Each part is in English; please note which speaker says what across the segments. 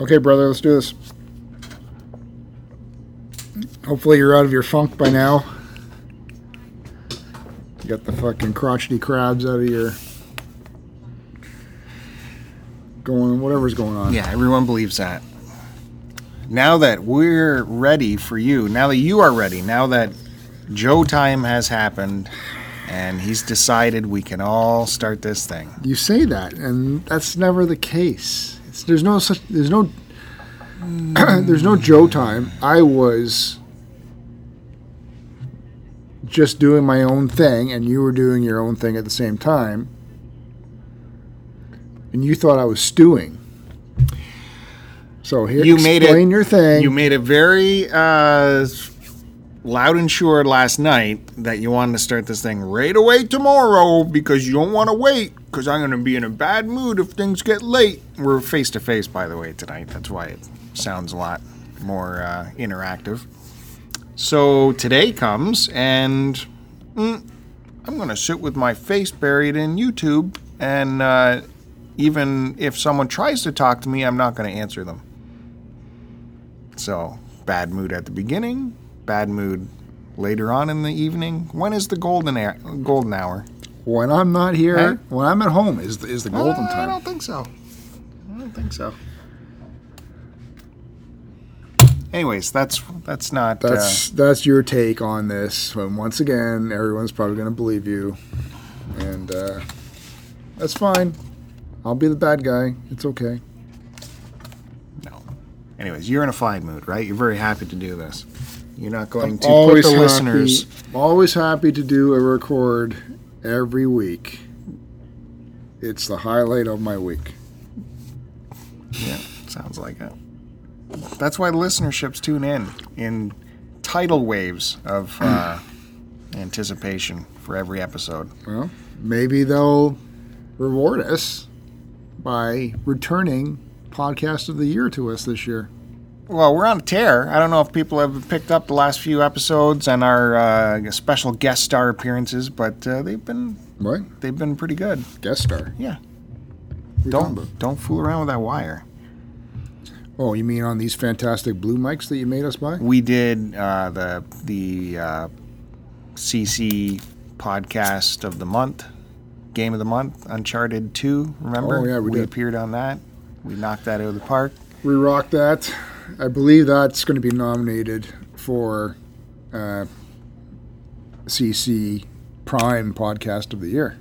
Speaker 1: Okay, brother, let's do this. Hopefully, you're out of your funk by now. You got the fucking crotchety crabs out of your. Going, whatever's going on.
Speaker 2: Yeah, everyone believes that. Now that we're ready for you, now that you are ready, now that Joe time has happened and he's decided we can all start this thing.
Speaker 1: You say that, and that's never the case. It's, there's no such. There's no. there's no Joe time. I was just doing my own thing, and you were doing your own thing at the same time. And you thought I was stewing. So here,
Speaker 2: You
Speaker 1: explain
Speaker 2: made it-
Speaker 1: your thing.
Speaker 2: You made it very uh, loud and sure last night that you wanted to start this thing right away tomorrow because you don't want to wait because I'm going to be in a bad mood if things get late. We're face to face, by the way, tonight. That's why it sounds a lot more uh, interactive. So today comes, and mm, I'm going to sit with my face buried in YouTube and. Uh, even if someone tries to talk to me, I'm not going to answer them. So, bad mood at the beginning, bad mood later on in the evening. When is the golden hour? Golden hour?
Speaker 1: when I'm not here,
Speaker 2: Huh?
Speaker 1: when I'm at home, is the, is the golden
Speaker 2: Uh, I
Speaker 1: time.
Speaker 2: don't think so. I don't think so. Anyways, that's that's not. uh,
Speaker 1: That's that's your take on this. And once again, everyone's probably going to believe you, and uh, that's fine. I'll be the bad guy. It's okay.
Speaker 2: uh, no. Anyways, you're in a fine mood, right? You're very happy to do this. You're not going to put
Speaker 1: always
Speaker 2: the
Speaker 1: happy,
Speaker 2: listeners.
Speaker 1: always happy to do a record every week. It's the highlight of my week.
Speaker 2: Yeah, sounds like it. That's why listenerships tune in in tidal waves of uh, anticipation for every episode.
Speaker 1: Well, maybe they'll reward us by returning podcast of the year to us this year.
Speaker 2: Well, we're on a tear. I don't know if people have picked up the last few episodes and our uh, special guest star appearances, but uh, they've been
Speaker 1: What
Speaker 2: they've been pretty good.
Speaker 1: guest star?
Speaker 2: Yeah.
Speaker 1: What are you talking about?
Speaker 2: Don't don't fool around with that wire.
Speaker 1: Oh, you mean on these fantastic blue mics that you made us buy?
Speaker 2: We did uh, the the uh, CC podcast of the month, game of the month, Uncharted Two. Remember?
Speaker 1: Oh, yeah, we did.
Speaker 2: appeared on that. We knocked that out of the park.
Speaker 1: We rock that. I believe that's going to be nominated for uh, CC Prime Podcast of the Year.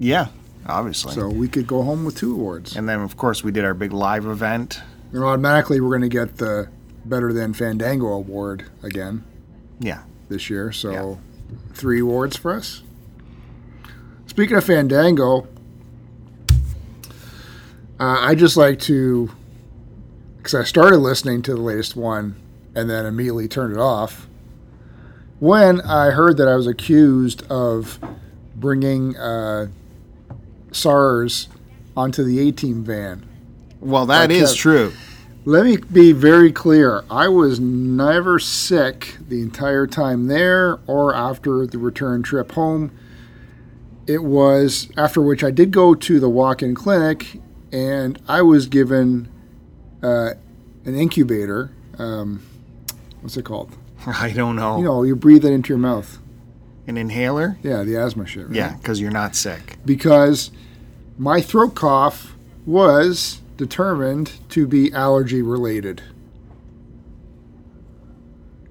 Speaker 2: Yeah, obviously.
Speaker 1: So we could go home with two awards.
Speaker 2: and then of course we did our big live event.
Speaker 1: And automatically, we're going to get the Better Than Fandango award again
Speaker 2: Yeah.
Speaker 1: this year. So three awards for us. Speaking of Fandango, uh, I just like to, because I started listening to the latest one and then immediately turned it off when I heard that I was accused of bringing uh, SARS onto the A team van.
Speaker 2: Well, that
Speaker 1: I
Speaker 2: is
Speaker 1: kept-
Speaker 2: true.
Speaker 1: Let me be very clear. I was never sick the entire time there or after the return trip home. It was after which I did go to the walk in clinic and I was given uh, an incubator. Um, what's it called?
Speaker 2: I don't know.
Speaker 1: You know, you breathe it into your mouth.
Speaker 2: An inhaler?
Speaker 1: Yeah, the asthma shit. right?
Speaker 2: Yeah, because you're not sick.
Speaker 1: Because my throat cough was determined to be allergy related.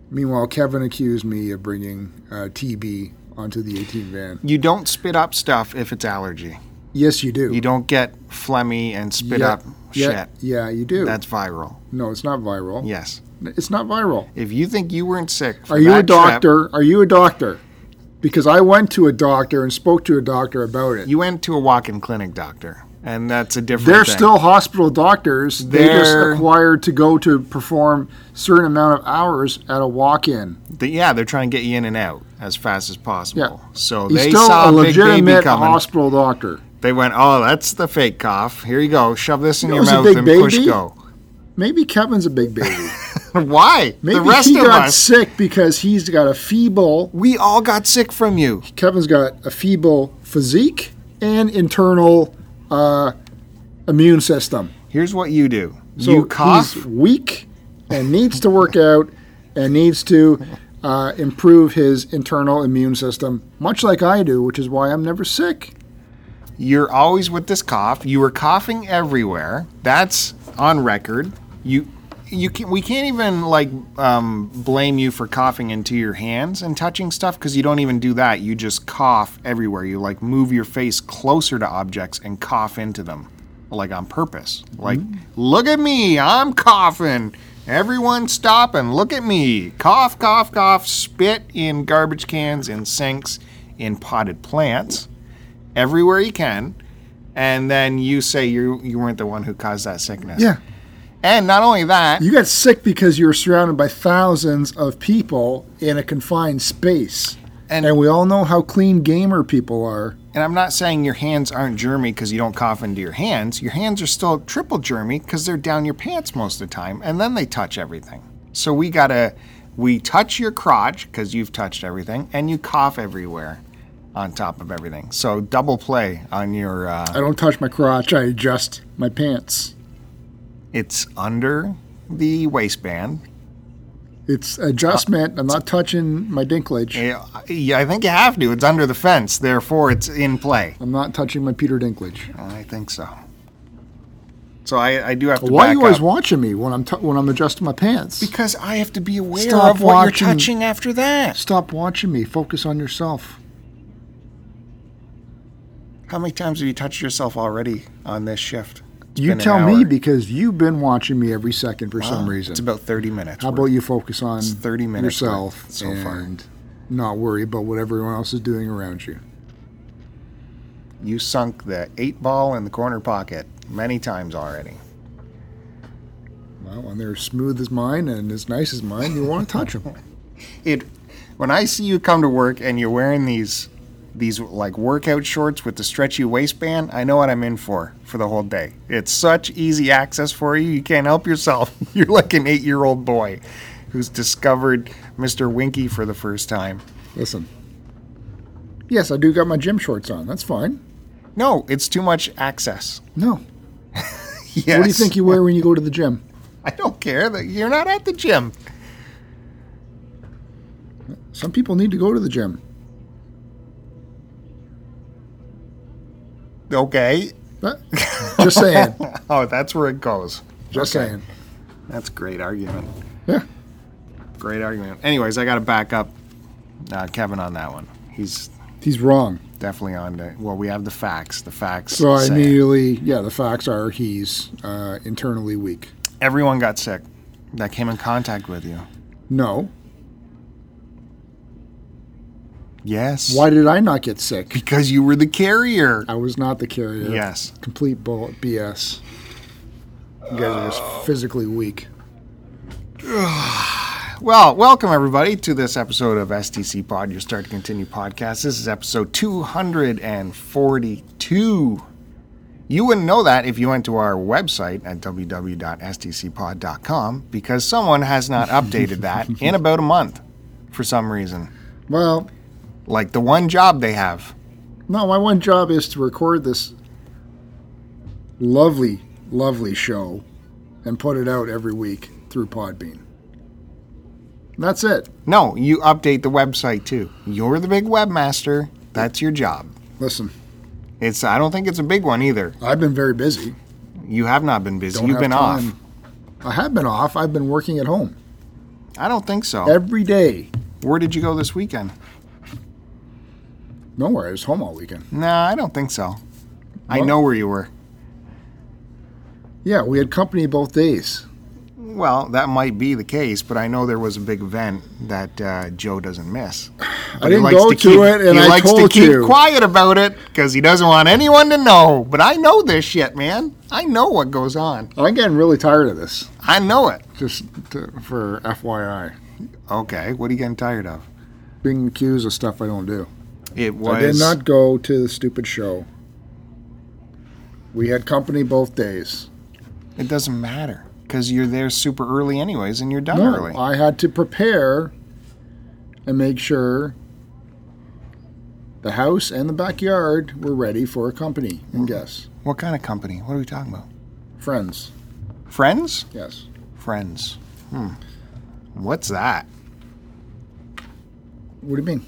Speaker 1: Meanwhile, Kevin accused me of bringing uh, TB onto the 18 van.
Speaker 2: You don't spit up stuff if it's allergy.
Speaker 1: Yes, you do.
Speaker 2: You don't get phlegmy and spit
Speaker 1: Yeah,
Speaker 2: up
Speaker 1: yeah,
Speaker 2: shit.
Speaker 1: yeah, you do.
Speaker 2: That's viral.
Speaker 1: no, it's not viral.
Speaker 2: Yes.
Speaker 1: It's not viral.
Speaker 2: If you think you weren't sick, for
Speaker 1: Are you
Speaker 2: that
Speaker 1: a
Speaker 2: trip-
Speaker 1: doctor? Are you a doctor? Because I went to a doctor and spoke to a doctor about it.
Speaker 2: you went to a walk-in clinic doctor, and that's a different.
Speaker 1: They're
Speaker 2: thing.
Speaker 1: still hospital doctors. They're just
Speaker 2: They're-
Speaker 1: required to go to perform certain amount of hours at a walk-in.
Speaker 2: The- yeah, they're trying to get you in and out as fast as possible.
Speaker 1: Yeah.
Speaker 2: So
Speaker 1: He's
Speaker 2: they
Speaker 1: still
Speaker 2: saw
Speaker 1: a
Speaker 2: Big Baby
Speaker 1: legitimate
Speaker 2: coming.
Speaker 1: hospital doctor.
Speaker 2: They went, "Oh, that's the fake cough. Here you go. Shove this in
Speaker 1: That
Speaker 2: your
Speaker 1: was a
Speaker 2: mouth
Speaker 1: Big
Speaker 2: and push
Speaker 1: Baby?
Speaker 2: go."
Speaker 1: Maybe Kevin's a big baby.
Speaker 2: Why?
Speaker 1: Maybe
Speaker 2: the rest
Speaker 1: he
Speaker 2: of
Speaker 1: got
Speaker 2: us,
Speaker 1: sick because he's got a feeble.
Speaker 2: we all got sick from you.
Speaker 1: Kevin's got a feeble physique and internal uh, immune system.
Speaker 2: Here's what you do.
Speaker 1: So
Speaker 2: you cough.
Speaker 1: he's weak and needs to work out and needs to uh, improve his internal immune system, much like I do, which is why I'm never sick.
Speaker 2: You're always with this cough. You were coughing everywhere. That's on record. You, you can, we can't even like um, blame you for coughing into your hands and touching stuff because you don't even do that. You just cough everywhere. You like move your face closer to objects and cough into them, like on purpose. Like, look at me, I'm coughing. Everyone stop and look at me. Cough, cough, cough. Spit in garbage cans, in sinks, in potted plants everywhere you can, and then you say you you weren't the one who caused that sickness.
Speaker 1: Yeah.
Speaker 2: And not only that,
Speaker 1: You got sick because you were surrounded by thousands of people in a confined space.
Speaker 2: And-
Speaker 1: And, we all know how clean gamer people are.
Speaker 2: and I'm not saying your hands aren't germy because you don't cough into your hands. Your hands are still triple germy because they're down your pants most of the time, and then they touch everything. So we gotta we touch your crotch because you've touched everything, and you cough everywhere on top of everything. So double play on your. Uh,
Speaker 1: I don't touch my crotch, I adjust my pants.
Speaker 2: it's under the waistband.
Speaker 1: It's adjustment. I'm not touching my dinklage.
Speaker 2: Yeah, yeah, I think you have to. It's under the fence, therefore it's in play.
Speaker 1: I'm not touching my Peter Dinklage.
Speaker 2: I think so. So I, I do have to.
Speaker 1: Why are
Speaker 2: back
Speaker 1: you always
Speaker 2: up.
Speaker 1: watching me when I'm t- when I'm adjusting my pants?
Speaker 2: Because I have to be aware
Speaker 1: Stop
Speaker 2: of what
Speaker 1: watching.
Speaker 2: you're touching after that.
Speaker 1: Stop watching me. Focus on yourself.
Speaker 2: How many times have you touched yourself already on this shift? It's
Speaker 1: You
Speaker 2: been an
Speaker 1: tell
Speaker 2: hour.
Speaker 1: me because you've been watching me every second for some
Speaker 2: Wow,
Speaker 1: reason.
Speaker 2: It's about thirty minutes.
Speaker 1: How about you focus on
Speaker 2: 30 minutes
Speaker 1: yourself
Speaker 2: worth so far.
Speaker 1: and not worry about what everyone else is doing around you?
Speaker 2: You sunk the eight ball in the corner pocket many times already.
Speaker 1: Well, when they're smooth as mine and as nice as mine, you want to touch them.
Speaker 2: it when I see you come to work and you're wearing these these like workout shorts with the stretchy waistband, I know what I'm in for for the whole day. It's such easy access for you. You can't help yourself. You're like an 8-year-old boy who's discovered Mr. Winky for the first time.
Speaker 1: Listen. Yes, I do got my gym shorts on. That's fine.
Speaker 2: No, it's too much access.
Speaker 1: No.
Speaker 2: Yes.
Speaker 1: What do you think you wear when you go to the gym?
Speaker 2: I don't care that you're not at the gym.
Speaker 1: Some people need to go to the gym.
Speaker 2: Okay.
Speaker 1: Uh, Just saying.
Speaker 2: Oh, that's where it goes.
Speaker 1: Just
Speaker 2: Okay.
Speaker 1: saying.
Speaker 2: That's a great argument.
Speaker 1: Yeah.
Speaker 2: Great argument. Anyways, I got to back up uh, Kevin on that one. He's
Speaker 1: He's wrong.
Speaker 2: definitely on the. Well, we have the facts. The facts.
Speaker 1: So I
Speaker 2: say
Speaker 1: immediately, yeah, the facts are he's uh, internally weak.
Speaker 2: everyone got sick that came in contact with you.
Speaker 1: No.
Speaker 2: Yes.
Speaker 1: Why did I not get sick?
Speaker 2: Because you were the carrier.
Speaker 1: I was not the carrier.
Speaker 2: Yes.
Speaker 1: Complete bull BS. You guys are just physically weak.
Speaker 2: Well, welcome everybody to this episode of STC Pod, your start to continue podcast. This is episode 242. You wouldn't know that if you went to our website at www.stcpod.com because someone has not updated that in about a month for some reason.
Speaker 1: Well,
Speaker 2: Like the one job they have.
Speaker 1: no, my one job is to record this lovely, lovely show and put it out every week through Podbean. And that's it.
Speaker 2: No, you update the website too. You're the big webmaster. That's your job.
Speaker 1: Listen,
Speaker 2: It's I don't think it's a big one either.
Speaker 1: I've been very busy.
Speaker 2: You have not been busy.
Speaker 1: Don't
Speaker 2: You've
Speaker 1: have
Speaker 2: been off.
Speaker 1: time. I have been off. I've been working at home
Speaker 2: I don't think so.
Speaker 1: every day.
Speaker 2: Where did you go this weekend?
Speaker 1: Nowhere. I was home all weekend.
Speaker 2: No, I don't think so. I
Speaker 1: Well-
Speaker 2: know where you were.
Speaker 1: Yeah, we had company both days.
Speaker 2: Well, that might be the case, but I know there was a big event that uh, Joe doesn't miss.
Speaker 1: I didn't go to,
Speaker 2: keep,
Speaker 1: it, and
Speaker 2: he
Speaker 1: I
Speaker 2: likes
Speaker 1: told
Speaker 2: to keep
Speaker 1: you.
Speaker 2: quiet about it because he doesn't want anyone to know. But I know this shit, man. I know what goes on.
Speaker 1: I'm getting really tired of this.
Speaker 2: I know it.
Speaker 1: Just to, for FYI,
Speaker 2: Okay, what are you getting tired of?
Speaker 1: being accused of stuff I don't do.
Speaker 2: It was
Speaker 1: I did not go to the stupid show. We had company both days.
Speaker 2: It doesn't matter because you're there super early, anyways, and you're done
Speaker 1: No,
Speaker 2: early.
Speaker 1: I had to prepare and make sure the house and the backyard were ready for a company and guests
Speaker 2: What kind of company? What are we talking about?
Speaker 1: Friends.
Speaker 2: Friends?
Speaker 1: Yes.
Speaker 2: Friends. Hmm. What's that?
Speaker 1: What do you mean?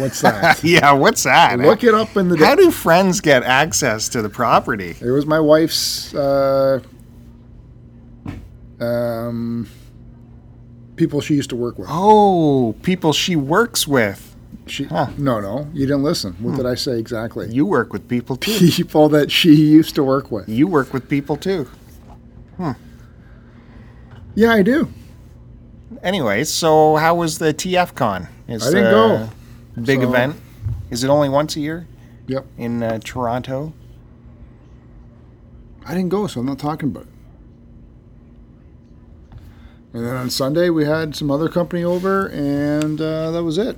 Speaker 1: What's that?
Speaker 2: Yeah, what's that?
Speaker 1: Look it up in the.
Speaker 2: How do friends get access to the property?
Speaker 1: It was my wife's uh, um, people she used to work with.
Speaker 2: Oh, people she works with.
Speaker 1: She,
Speaker 2: Huh.
Speaker 1: No, no, you didn't listen. What did I say exactly?
Speaker 2: You work with people too.
Speaker 1: People that she used to work with.
Speaker 2: you work with people too.
Speaker 1: Yeah, I do.
Speaker 2: Anyway, so how was the TF Con? Is uh,
Speaker 1: I didn't go.
Speaker 2: Big
Speaker 1: So-
Speaker 2: event. Is it only once a year?
Speaker 1: Yep.
Speaker 2: In uh, Toronto.
Speaker 1: I didn't go, so I'm not talking about it. And then on Sunday, we had some other company over, and uh, that was it.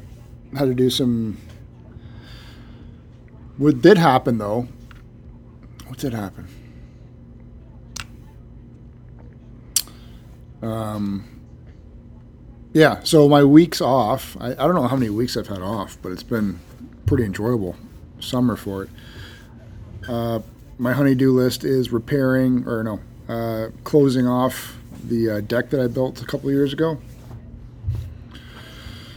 Speaker 1: Had to do some. What did happen, though? What did happen? Um, yeah, so my weeks off, I, I don't know how many weeks I've had off, but it's been pretty enjoyable summer for it my honeydew list is repairing or no, uh, closing off the uh, deck that I built a couple of years ago.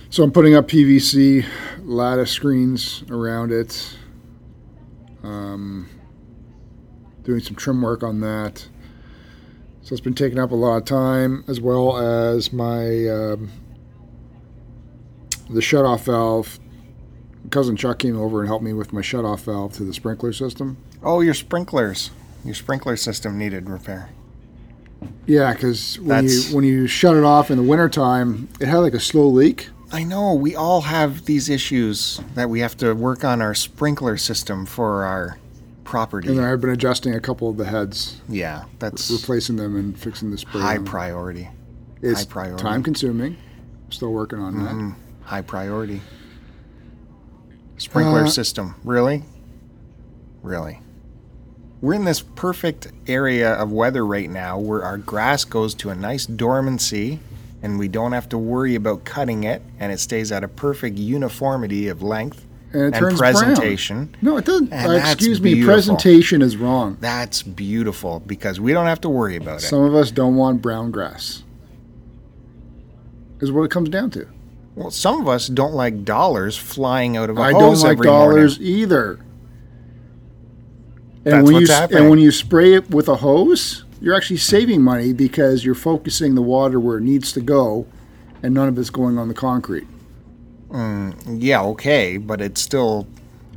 Speaker 1: So I'm putting up PVC lattice screens around it. Um, doing some trim work on that. So it's been taking up a lot of time, as well as my um, the shutoff valve. Cousin Chuck came over and helped me with my shutoff valve to the sprinkler system.
Speaker 2: Oh, your sprinklers. Your sprinkler system needed repair.
Speaker 1: Yeah, because when
Speaker 2: That's-
Speaker 1: you when you shut it off in the wintertime, it had like a slow leak.
Speaker 2: I know we all have these issues that we have to work on our sprinkler system for our property.
Speaker 1: And then I've been adjusting a couple of the heads,
Speaker 2: yeah, that's
Speaker 1: replacing them, and fixing the spray.
Speaker 2: high
Speaker 1: on.
Speaker 2: priority.
Speaker 1: it's
Speaker 2: high priority.
Speaker 1: time consuming. Still working on that.
Speaker 2: Mm, high priority. Sprinkler
Speaker 1: Uh,
Speaker 2: system. Really? Really. We're in this perfect area of weather right now where our grass goes to a nice dormancy and we don't have to worry about cutting it and it stays at a perfect uniformity of length
Speaker 1: And it
Speaker 2: and
Speaker 1: turns brown.
Speaker 2: presentation.
Speaker 1: No, it doesn't.
Speaker 2: And
Speaker 1: uh,
Speaker 2: that's
Speaker 1: excuse me,
Speaker 2: beautiful.
Speaker 1: presentation is wrong.
Speaker 2: That's beautiful because we don't have to worry about it.
Speaker 1: Some of us don't want brown grass. Is what it comes down to.
Speaker 2: Well, some of us don't like dollars flying out of a
Speaker 1: I don't
Speaker 2: hose
Speaker 1: like
Speaker 2: every morning.
Speaker 1: dollars either. And
Speaker 2: That's
Speaker 1: when
Speaker 2: what's
Speaker 1: you s-
Speaker 2: happening.
Speaker 1: and when you spray it with a hose, you're actually saving money because you're focusing the water where it needs to go, and none of it's going on the concrete.
Speaker 2: Yeah, okay, but it's still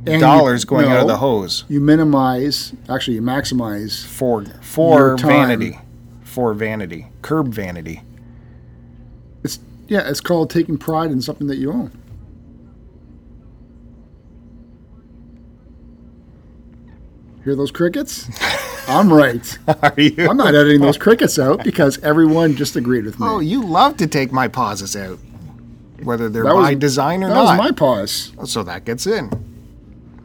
Speaker 1: you-
Speaker 2: dollars going out of
Speaker 1: no.
Speaker 2: the hose
Speaker 1: You minimize, actually, you maximize.
Speaker 2: for for
Speaker 1: Your time.
Speaker 2: vanity, for vanity, curb vanity.
Speaker 1: It's yeah, it's called taking pride in something that you own. Hear those crickets? I'm right.
Speaker 2: Are you?
Speaker 1: I'm not editing those crickets out because everyone just agreed with me.
Speaker 2: oh, you love to take my pauses out, whether they're
Speaker 1: That was-
Speaker 2: by design or
Speaker 1: that was
Speaker 2: not.
Speaker 1: my pause.
Speaker 2: so that gets in.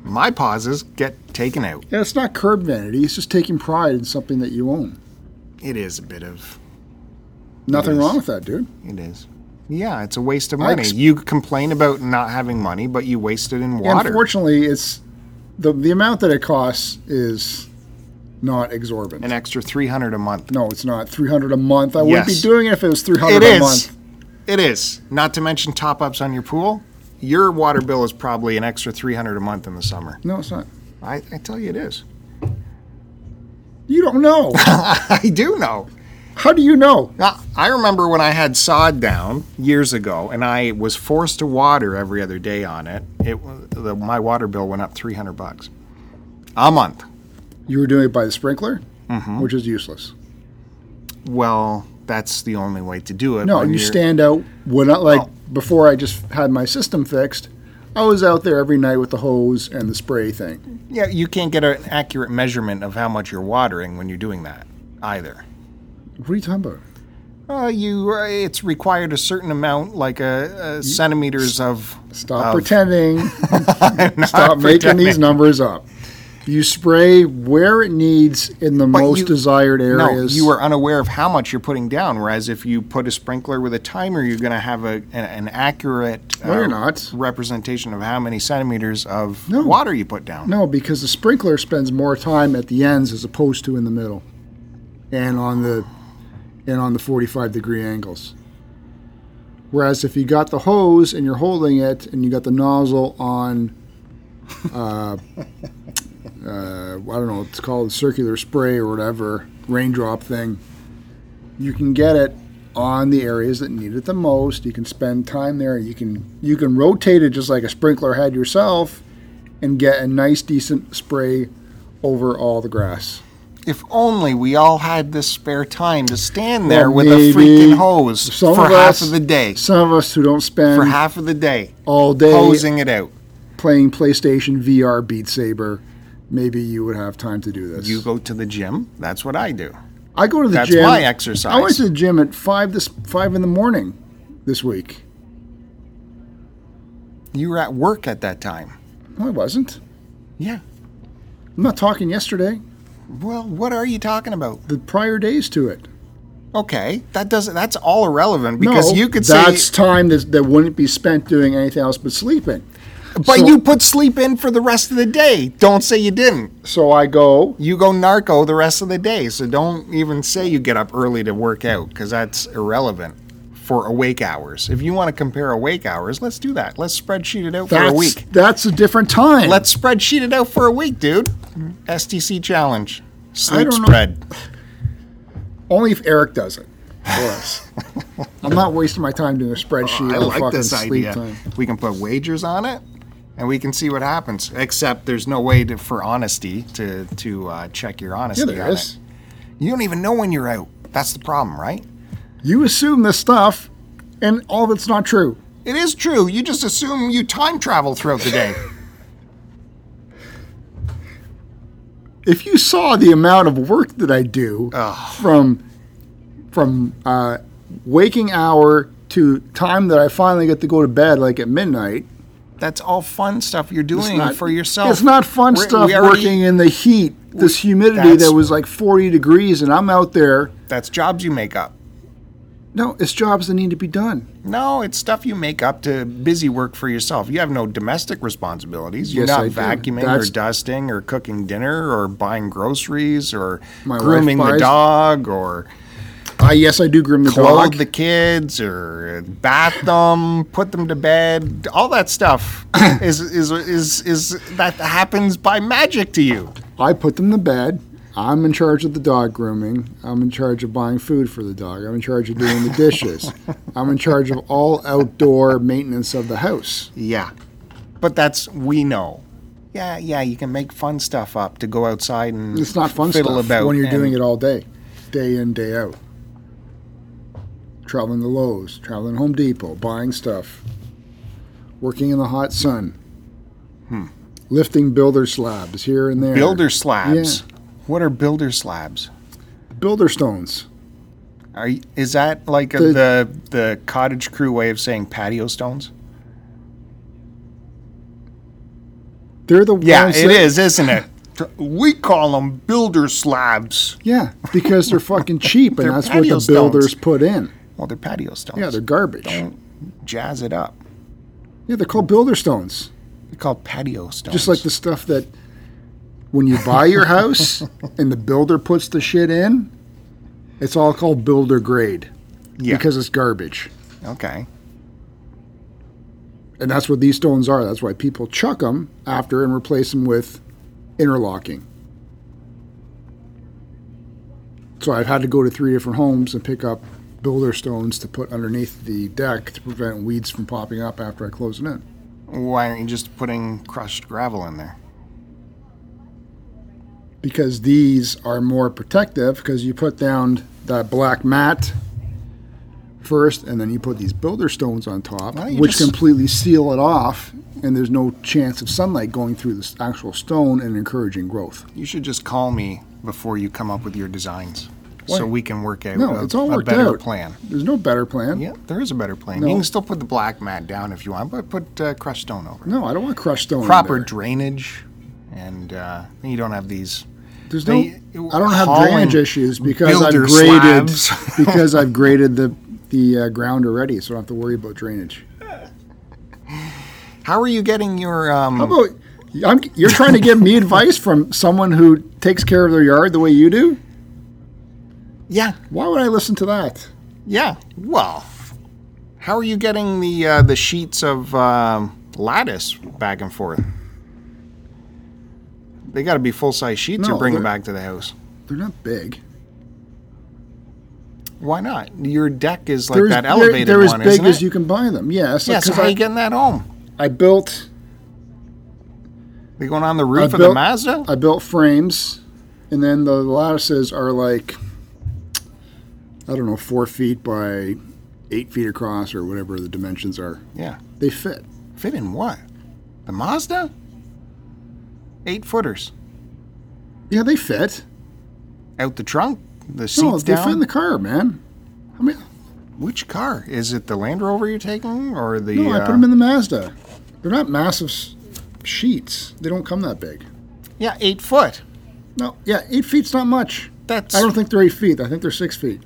Speaker 2: My pauses get taken out.
Speaker 1: Yeah, it's not curb vanity. It's just taking pride in something that you own.
Speaker 2: It is a bit of
Speaker 1: Nothing
Speaker 2: is.
Speaker 1: wrong with that, dude.
Speaker 2: It is. Yeah, it's a waste of
Speaker 1: I
Speaker 2: money.
Speaker 1: ex-
Speaker 2: you complain about not having money, but you waste it in water.
Speaker 1: Unfortunately, it's the the amount that it costs is not exorbitant.
Speaker 2: An extra 300 a month.
Speaker 1: no, it's not three hundred a month. I wouldn't be
Speaker 2: Yes.
Speaker 1: doing it if it was three
Speaker 2: It
Speaker 1: hundred a
Speaker 2: is.
Speaker 1: month.
Speaker 2: It is. Not to mention top-ups on your pool. Your water bill is probably an extra 300 a month in the summer.
Speaker 1: No, it's not.
Speaker 2: I, I tell you it is.
Speaker 1: You don't know.
Speaker 2: I do know.
Speaker 1: How do you know?
Speaker 2: Now, I remember when I had sod down years ago and I was forced to water every other day on it. It wa- the, my water bill went up 300 bucks a month.
Speaker 1: You were doing it by the sprinkler,
Speaker 2: Mm-hmm.
Speaker 1: which is useless.
Speaker 2: Well, that's the only way to do it.
Speaker 1: No,
Speaker 2: when
Speaker 1: you
Speaker 2: you're-
Speaker 1: stand out. When I,
Speaker 2: Oh.
Speaker 1: like before, I just had my system fixed. I was out there every night with the hose and the spray thing.
Speaker 2: Yeah, you can't get an accurate measurement of how much you're watering when you're doing that either.
Speaker 1: What are you talking about?
Speaker 2: Uh, you, uh, it's required a certain amount, like a, a centimeters of.
Speaker 1: Stop
Speaker 2: of-
Speaker 1: pretending.
Speaker 2: I'm not
Speaker 1: Stop making
Speaker 2: pretending.
Speaker 1: these numbers up. You spray where it needs in the most
Speaker 2: you-
Speaker 1: desired
Speaker 2: No,
Speaker 1: areas.
Speaker 2: you are unaware of how much you're putting down. Whereas if you put a sprinkler with a timer, you're going to have a an, an accurate uh,
Speaker 1: No, you're not.
Speaker 2: representation of how many centimeters of
Speaker 1: No.
Speaker 2: water you put down.
Speaker 1: no, because the sprinkler spends more time at the ends as opposed to in the middle. and on the and on the 45 degree angles. Whereas if you got the hose and you're holding it and you got the nozzle on, uh, uh, I don't know, it's called circular spray or whatever, raindrop thing, you can get it on the areas that need it the most. You can spend time there. You can you can rotate it just like a sprinkler head yourself, and get a nice decent spray over all the grass.
Speaker 2: If only we all had this spare time to stand there
Speaker 1: Well,
Speaker 2: with a
Speaker 1: maybe
Speaker 2: freaking hose
Speaker 1: some
Speaker 2: for
Speaker 1: of
Speaker 2: half
Speaker 1: us-
Speaker 2: of the day.
Speaker 1: Some of us who don't
Speaker 2: For
Speaker 1: spend
Speaker 2: half of the day,
Speaker 1: all day
Speaker 2: hosing it out.
Speaker 1: playing PlayStation VR Beat Saber, maybe you would have time to do this.
Speaker 2: You go to the gym. That's what I do.
Speaker 1: I go to the
Speaker 2: That's
Speaker 1: gym.
Speaker 2: my exercise.
Speaker 1: I went to the gym at five this five in the morning this week.
Speaker 2: You were at work at that time.
Speaker 1: No, I wasn't.
Speaker 2: Yeah.
Speaker 1: I'm not talking yesterday.
Speaker 2: Well, what are you talking about?
Speaker 1: The prior days to it.
Speaker 2: Okay, that doesn't. That's all irrelevant because
Speaker 1: no,
Speaker 2: you could say,
Speaker 1: that's time that, that wouldn't be spent doing anything else but sleeping.
Speaker 2: but
Speaker 1: so-
Speaker 2: you put sleep in for the rest of the day. Don't say you didn't.
Speaker 1: So I go.
Speaker 2: You go narco the rest of the day. So don't even say you get up early to work out because that's irrelevant for awake hours. If you want to compare awake hours, let's do that. Let's spreadsheet it out for
Speaker 1: That's
Speaker 2: a week.
Speaker 1: that's a different time.
Speaker 2: Let's spreadsheet it out for a week, dude. STC challenge. Sleep
Speaker 1: don't know.
Speaker 2: spread.
Speaker 1: only if Eric does it for us. I'm not wasting my time doing a spreadsheet.
Speaker 2: Oh, I
Speaker 1: on
Speaker 2: like
Speaker 1: fucking
Speaker 2: this
Speaker 1: sleep
Speaker 2: idea.
Speaker 1: time.
Speaker 2: We can put wagers on it, and we can see what happens. Except there's no way to, for honesty to to uh, check your
Speaker 1: Yeah,
Speaker 2: honesty.
Speaker 1: there
Speaker 2: on
Speaker 1: is.
Speaker 2: It. You don't even know when you're out. That's the problem, right?
Speaker 1: You assume this stuff, and all of it's not true.
Speaker 2: It is true. You just assume you time travel throughout the day.
Speaker 1: if you saw the amount of work that I do from from uh, waking hour to time that I finally get to go to bed, like at midnight,
Speaker 2: That's all fun stuff you're doing
Speaker 1: not-
Speaker 2: for yourself.
Speaker 1: it's not fun
Speaker 2: We're-
Speaker 1: stuff
Speaker 2: we already-
Speaker 1: working in the heat, this humidity
Speaker 2: that's-
Speaker 1: that was like 40 degrees, and I'm out there.
Speaker 2: That's jobs you make up.
Speaker 1: No, it's jobs that need to be done.
Speaker 2: No, it's stuff you make up to busy work for yourself. You have no domestic responsibilities. You're
Speaker 1: Yes,
Speaker 2: not
Speaker 1: I do.
Speaker 2: vacuuming
Speaker 1: That's-
Speaker 2: or dusting or cooking dinner or buying groceries or
Speaker 1: My wife
Speaker 2: grooming the
Speaker 1: buys-
Speaker 2: dog or
Speaker 1: I Ah, yes, I do groom the
Speaker 2: clothe
Speaker 1: dog.
Speaker 2: the kids or bath them, put them to bed. All that stuff is, is is is that happens by magic to you.
Speaker 1: I put them to bed. I'm in charge of the dog grooming. I'm in charge of buying food for the dog. I'm in charge of doing the dishes. I'm in charge of all outdoor maintenance of the house.
Speaker 2: Yeah. But that's we know. Yeah, yeah, you can make fun stuff up to go outside and
Speaker 1: It's not fun
Speaker 2: fiddle
Speaker 1: stuff
Speaker 2: about
Speaker 1: when you're
Speaker 2: and-
Speaker 1: doing it all day, day in, day out. Traveling to Lowe's, traveling to Home Depot, buying stuff, working in the hot sun, Hmm. lifting builder slabs here and there,
Speaker 2: Builder slabs. What are builder slabs?
Speaker 1: builder stones.
Speaker 2: Are you, is that like a,
Speaker 1: The-
Speaker 2: the the cottage crew way of saying patio stones?
Speaker 1: They're the
Speaker 2: Yeah,
Speaker 1: ones
Speaker 2: it
Speaker 1: that-
Speaker 2: is, isn't it? We call them builder slabs.
Speaker 1: Yeah, because they're fucking cheap, and
Speaker 2: They're
Speaker 1: that's what
Speaker 2: patio
Speaker 1: the
Speaker 2: stones.
Speaker 1: builders put in.
Speaker 2: Well, they're patio stones.
Speaker 1: Yeah, they're garbage.
Speaker 2: jazz it up.
Speaker 1: Yeah, they're called builder stones.
Speaker 2: They're called patio stones.
Speaker 1: Just like the stuff that when you buy your house and the builder puts the shit in, it's all called builder grade
Speaker 2: yeah.
Speaker 1: because it's garbage.
Speaker 2: okay.
Speaker 1: And that's what these stones are. That's why people chuck them after and replace them with interlocking. So I've had to go to three different homes and pick up builder stones to put underneath the deck to prevent weeds from popping up after I close it in.
Speaker 2: Why aren't you just putting crushed gravel in there?
Speaker 1: because these are more protective because you put down that black mat first and then you put these builder stones on top
Speaker 2: Why don't you
Speaker 1: which
Speaker 2: just-
Speaker 1: completely seal it off and there's no chance of sunlight going through this actual stone and encouraging growth
Speaker 2: You should just call me before you come up with your designs,
Speaker 1: Why?
Speaker 2: so we can work out
Speaker 1: no
Speaker 2: a,
Speaker 1: it's all
Speaker 2: a
Speaker 1: worked
Speaker 2: better
Speaker 1: out
Speaker 2: plan.
Speaker 1: there's no better plan
Speaker 2: Yeah, there is a better plan.
Speaker 1: No.
Speaker 2: You can still put the black mat down if you want, but put uh, crushed stone over. it.
Speaker 1: no i don't want crushed stone in
Speaker 2: Proper
Speaker 1: there.
Speaker 2: drainage, and uh, you don't have these.
Speaker 1: there's no
Speaker 2: they-
Speaker 1: i don't have
Speaker 2: hauling
Speaker 1: drainage issues because
Speaker 2: builder
Speaker 1: i've graded
Speaker 2: slabs.
Speaker 1: because i've graded the the uh, ground already so i don't have to worry about drainage
Speaker 2: How are you getting your? Um,
Speaker 1: How about I'm, you're trying to give me advice from someone who takes care of their yard the way you do?
Speaker 2: Yeah,
Speaker 1: Why would I listen to that?
Speaker 2: yeah. Well, how are you getting the uh, the sheets of um, lattice back and forth? They got to be full size sheets
Speaker 1: No,
Speaker 2: you're bringing
Speaker 1: they're-
Speaker 2: back to the house.
Speaker 1: They're not big.
Speaker 2: Why not? Your deck is like
Speaker 1: They're as-
Speaker 2: that
Speaker 1: they're-
Speaker 2: elevated
Speaker 1: they're
Speaker 2: one,
Speaker 1: as big
Speaker 2: isn't
Speaker 1: as
Speaker 2: it?
Speaker 1: you can buy them. Yes.
Speaker 2: yeah. So how
Speaker 1: I,
Speaker 2: are you getting that home?
Speaker 1: I built
Speaker 2: They going on the roof of the
Speaker 1: built-
Speaker 2: Mazda?
Speaker 1: I built frames, and then the lattices are like I don't know four feet by eight feet across or whatever the dimensions are.
Speaker 2: yeah.
Speaker 1: They fit.
Speaker 2: Fit in what? The Mazda? Eight footers.
Speaker 1: Yeah, they fit.
Speaker 2: Out the trunk? The seats
Speaker 1: No, they
Speaker 2: down?
Speaker 1: fit in the car, man. I mean,
Speaker 2: Which car? Is it the Land Rover you're taking or the.
Speaker 1: no, I
Speaker 2: uh,
Speaker 1: put them in the Mazda. They're not massive s- sheets. They don't come that big.
Speaker 2: Yeah, eight foot.
Speaker 1: No, yeah, eight feet's not much.
Speaker 2: That's.
Speaker 1: I don't think they're eight feet. I think they're six feet.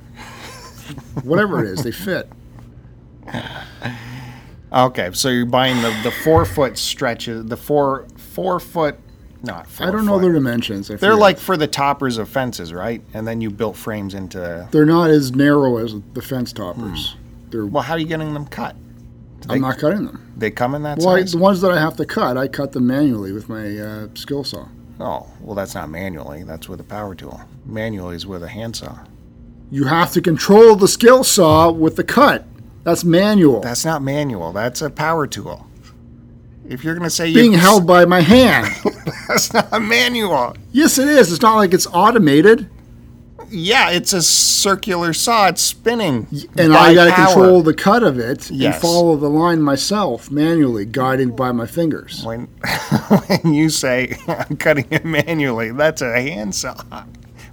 Speaker 1: Whatever it is, they fit.
Speaker 2: Okay, so you're buying the, the four foot stretches, the four four foot. Not four
Speaker 1: I don't know
Speaker 2: foot.
Speaker 1: their dimensions. I
Speaker 2: They're
Speaker 1: forget.
Speaker 2: like for the toppers of fences, right? And then you built frames into.
Speaker 1: they're not as narrow as the fence toppers. They're
Speaker 2: Hmm. Well, how are you getting them cut?
Speaker 1: I'm not cutting them.
Speaker 2: They come in that
Speaker 1: Well, I,
Speaker 2: size?
Speaker 1: the ones that I have to cut, I cut them manually with my uh, skill saw.
Speaker 2: Oh, well, that's not manually. That's with a power tool. Manually is with a handsaw.
Speaker 1: You have to control the skill saw with the cut. That's manual.
Speaker 2: That's not manual. That's a power tool. If you're going to say
Speaker 1: being
Speaker 2: you,
Speaker 1: held by my hand.
Speaker 2: that's not manual.
Speaker 1: yes, it is. It's not like it's automated,
Speaker 2: Yeah, it's a circular saw. It's spinning.
Speaker 1: and
Speaker 2: by
Speaker 1: I got to
Speaker 2: power.
Speaker 1: control the cut of it
Speaker 2: Yes.
Speaker 1: and follow the line myself manually, guided by my fingers.
Speaker 2: When when you say I'm cutting it manually, that's a handsaw,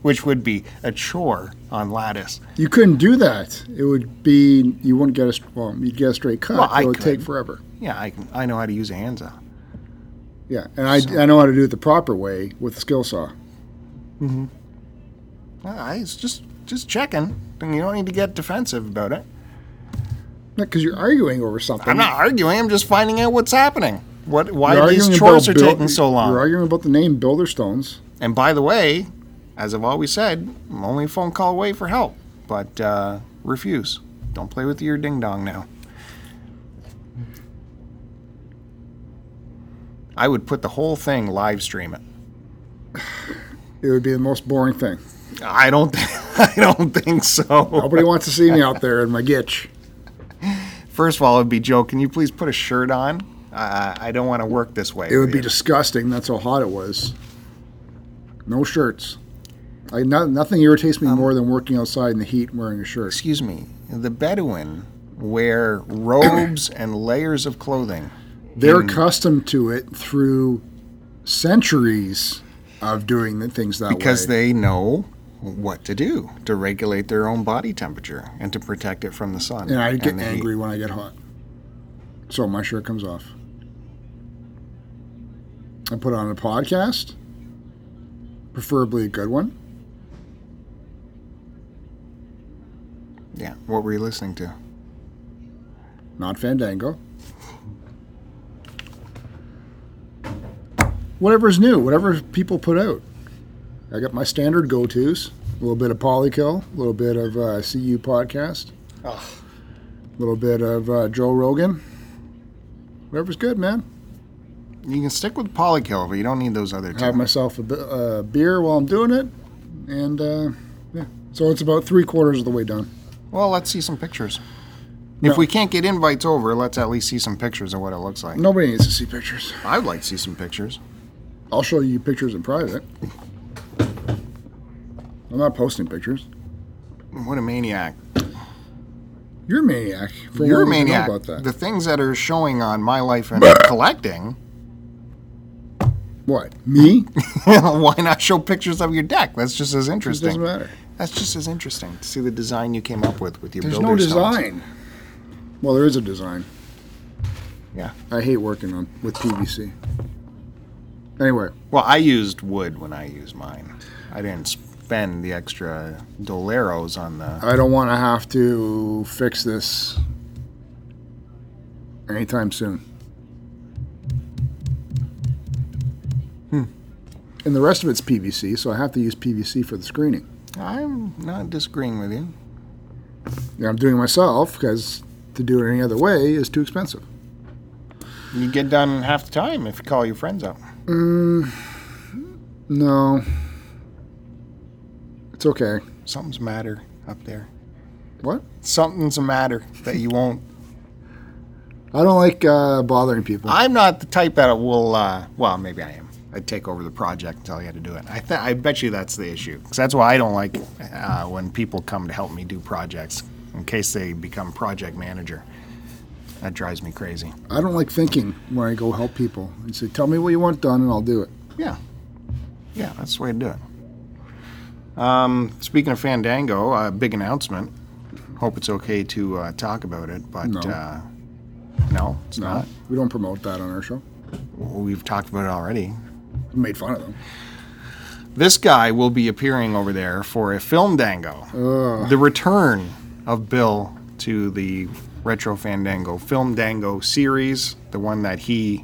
Speaker 2: which would be a chore on lattice.
Speaker 1: You couldn't do that. It would be you wouldn't get a str- well, you'd get a straight cut.
Speaker 2: Well, I
Speaker 1: it would take
Speaker 2: could.
Speaker 1: forever.
Speaker 2: Yeah, I can, I know how to use a handsaw.
Speaker 1: Yeah, and I, I know how to do it the proper way with the skill saw.
Speaker 2: I was just just checking. And you don't need to get defensive about it.
Speaker 1: Not because you're arguing over something.
Speaker 2: I'm not arguing. I'm just finding out what's happening. What why
Speaker 1: You're
Speaker 2: these
Speaker 1: arguing
Speaker 2: chores are
Speaker 1: about Bill-
Speaker 2: taking so long?
Speaker 1: You're arguing about the name Builderstones.
Speaker 2: And by the way, as I've always said, I'm only a phone call away for help, but uh, refuse. Don't play with your ding dong now. I would put the whole thing live stream it.
Speaker 1: It would be the most boring thing.
Speaker 2: I don't, I don't think so.
Speaker 1: Nobody wants to see me out there in my gitch.
Speaker 2: First of all, it'd be Joe. Can you please put a shirt on? Uh, I don't want to work this way.
Speaker 1: It would be
Speaker 2: just
Speaker 1: disgusting. That's how hot it was. No shirts. I, no, nothing irritates me more than working outside in the heat and wearing a shirt.
Speaker 2: Um, excuse me. The Bedouin wear robes and layers of clothing.
Speaker 1: They're accustomed to it through centuries of doing the things that
Speaker 2: because
Speaker 1: way.
Speaker 2: they know what to do to regulate their own body temperature and to protect it from the sun.
Speaker 1: and I get
Speaker 2: the heat.
Speaker 1: angry when I get hot. So my shirt comes off. I put on a podcast, preferably a good one.
Speaker 2: Yeah. What were you listening to?
Speaker 1: not Fandango. Whatever's new, whatever people put out. I got my standard go tos a little bit of Polykill, a little bit of uh, CU podcast, a little bit of uh, Joe Rogan. Whatever's good, man.
Speaker 2: You can stick with polykill, but you don't need those other two.
Speaker 1: Have myself a b- uh, beer while I'm doing it. And uh, yeah, so it's about three quarters of the way done.
Speaker 2: well, let's see some pictures.
Speaker 1: No.
Speaker 2: If we can't get invites over, let's at least see some pictures of what it looks like.
Speaker 1: Nobody needs to see pictures.
Speaker 2: I would like to see some pictures.
Speaker 1: I'll show you pictures in private. I'm not posting pictures.
Speaker 2: What a maniac.
Speaker 1: You're a maniac. For
Speaker 2: You're a
Speaker 1: wanting to know
Speaker 2: maniac.
Speaker 1: about that.
Speaker 2: The things that are showing on my life and collecting,
Speaker 1: what? Me?
Speaker 2: why not show pictures of your deck? That's just as
Speaker 1: it doesn't
Speaker 2: interesting.
Speaker 1: matter.
Speaker 2: That's just as interesting to see the design you came up with with your
Speaker 1: There's no
Speaker 2: builder's stones.
Speaker 1: design. Well, there is a design.
Speaker 2: Yeah.
Speaker 1: I hate working on with PVC. Anyway,
Speaker 2: Well, I used wood when I used mine. I didn't spend the extra doleros on the.
Speaker 1: I don't want to have to fix this anytime soon.
Speaker 2: Hmm.
Speaker 1: And the rest of it's PVC, so I have to use PVC for the screening.
Speaker 2: I'm not disagreeing with you.
Speaker 1: And I'm doing it myself because to do it any other way is too expensive.
Speaker 2: You get done in half the time if you call your friends out.
Speaker 1: No. It's okay.
Speaker 2: Something's matter up there.
Speaker 1: What?
Speaker 2: Something's a matter that you won't.
Speaker 1: I don't like uh, bothering people.
Speaker 2: I'm not the type that will. Uh, well, maybe I am. I'd take over the project and tell you how to do it. I th- I bet you that's the issue. 'Cause that's why I don't like uh, when people come to help me do projects. In case they become project manager, that drives me crazy.
Speaker 1: I don't like thinking when I go help people. And say, tell me what you want done and I'll do it.
Speaker 2: Yeah. Yeah, that's the way to do it. Um, speaking of Fandango, a uh, big announcement. Hope it's okay to uh, talk about it, but
Speaker 1: No.
Speaker 2: uh, no, it's not.
Speaker 1: We don't promote that on our show.
Speaker 2: We've talked about it already.
Speaker 1: We made fun of them.
Speaker 2: This guy will be appearing over there for a film dango.
Speaker 1: Ugh.
Speaker 2: The return of Bill to the Retro Fandango Film Dango series, the one that he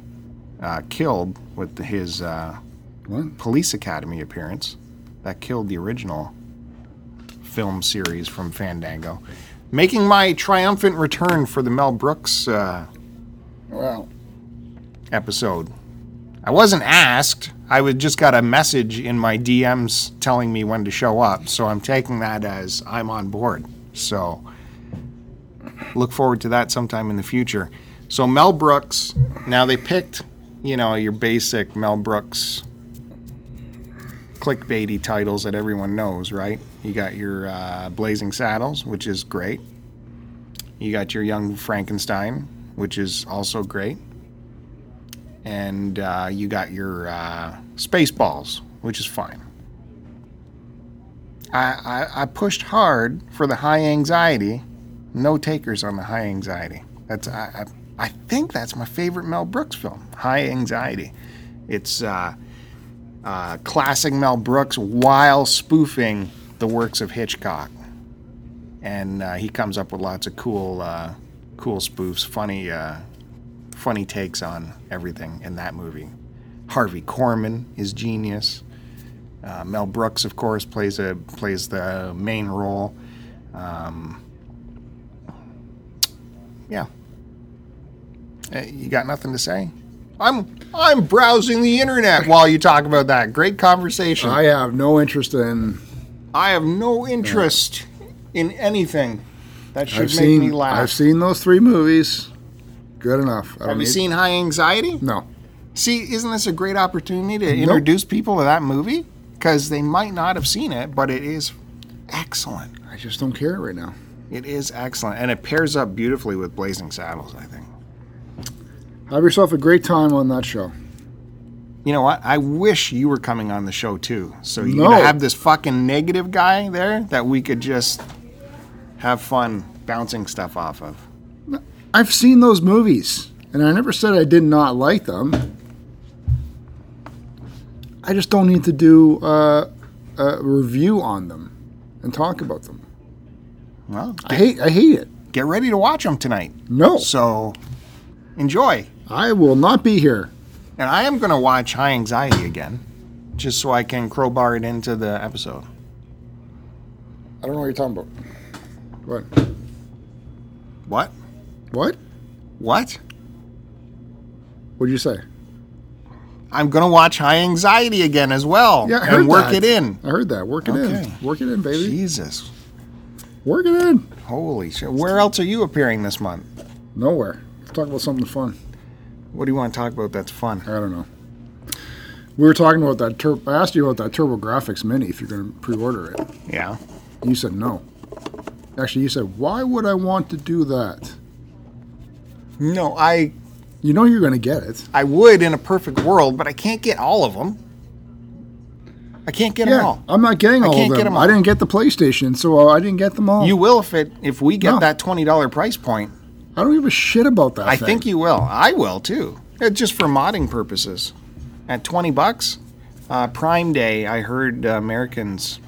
Speaker 2: uh, killed with his uh,
Speaker 1: What?
Speaker 2: Police Academy appearance that killed the original film series from Fandango, making my triumphant return for the Mel Brooks uh,
Speaker 1: Well,
Speaker 2: episode. I wasn't asked. I was just got a message in my DMs telling me when to show up, so I'm taking that as I'm on board. So look forward to that sometime in the future. So Mel Brooks, now they picked, you know, your basic Mel Brooks clickbaity titles that everyone knows, right? You got your uh, Blazing Saddles, which is great. You got your Young Frankenstein, which is also great and uh, you got your uh, space balls, which is fine. I, I, I pushed hard for the high anxiety. No takers on the high anxiety. That's I, I, I think that's my favorite Mel Brooks film, High Anxiety. It's uh, uh, classic Mel Brooks while spoofing the works of Hitchcock, and uh, he comes up with lots of cool uh, cool spoofs, funny uh, funny takes on everything in that movie. Harvey Korman is genius. Uh, Mel Brooks, of course, plays a plays the main role. Um, yeah, Uh, you got nothing to say? I'm I'm browsing the internet while you talk about that. Great conversation.
Speaker 1: I have no interest in.
Speaker 2: I have no interest in anything that should
Speaker 1: I've
Speaker 2: make
Speaker 1: seen.
Speaker 2: me laugh.
Speaker 1: I've seen those three movies. Good enough. I
Speaker 2: have
Speaker 1: don't
Speaker 2: you
Speaker 1: need-
Speaker 2: seen High Anxiety?
Speaker 1: No.
Speaker 2: See, isn't this a great opportunity to introduce people to that movie? Because they might not have seen it, but it is excellent.
Speaker 1: I just don't care right now.
Speaker 2: It is excellent. And it pairs up beautifully with Blazing Saddles, I think.
Speaker 1: Have yourself a great time on that show.
Speaker 2: You know what? I wish you were coming on the show too. So you
Speaker 1: No.
Speaker 2: could have this fucking negative guy there that we could just have fun bouncing stuff off of.
Speaker 1: I've seen those movies, and I never said I did not like them. I just don't need to do uh, a review on them and talk about them.
Speaker 2: Well,
Speaker 1: I hate. I hate it.
Speaker 2: get ready to watch them tonight.
Speaker 1: No,
Speaker 2: So enjoy.
Speaker 1: I will not be here.
Speaker 2: And I am going to watch High Anxiety again, just so I can crowbar it into the episode.
Speaker 1: I don't know what you're talking about. What?
Speaker 2: What?
Speaker 1: What?
Speaker 2: What?
Speaker 1: What did you say?
Speaker 2: I'm going to watch High Anxiety again as well
Speaker 1: Yeah, I heard
Speaker 2: and work
Speaker 1: that.
Speaker 2: it in.
Speaker 1: I heard that. Work it
Speaker 2: Okay.
Speaker 1: in. Work it in, baby.
Speaker 2: Jesus.
Speaker 1: Work it in.
Speaker 2: Holy shit. Where else are you appearing this month?
Speaker 1: Nowhere. Let's talk about something fun.
Speaker 2: What do you want to talk about that's fun?
Speaker 1: I don't know. We were talking about that. Tur- I asked you about that Turbo Graphics Mini if you're going to pre-order it.
Speaker 2: Yeah.
Speaker 1: You said no. Actually, you said, why would I want to do that?
Speaker 2: No, I
Speaker 1: You know you're going to get it.
Speaker 2: I would in a perfect world, but I can't get all of them. I can't get them
Speaker 1: Yeah, Oh,
Speaker 2: all.
Speaker 1: I'm not getting all
Speaker 2: can't
Speaker 1: of
Speaker 2: get
Speaker 1: them.
Speaker 2: 'em all.
Speaker 1: I didn't get the PlayStation, so I didn't get them all.
Speaker 2: You will if it if we get
Speaker 1: No.
Speaker 2: that $20 price point.
Speaker 1: I don't give a shit about that.
Speaker 2: I
Speaker 1: thing.
Speaker 2: think you will. I will too. It's just for modding purposes. At 20 bucks, uh, Prime Day, I heard uh, Americans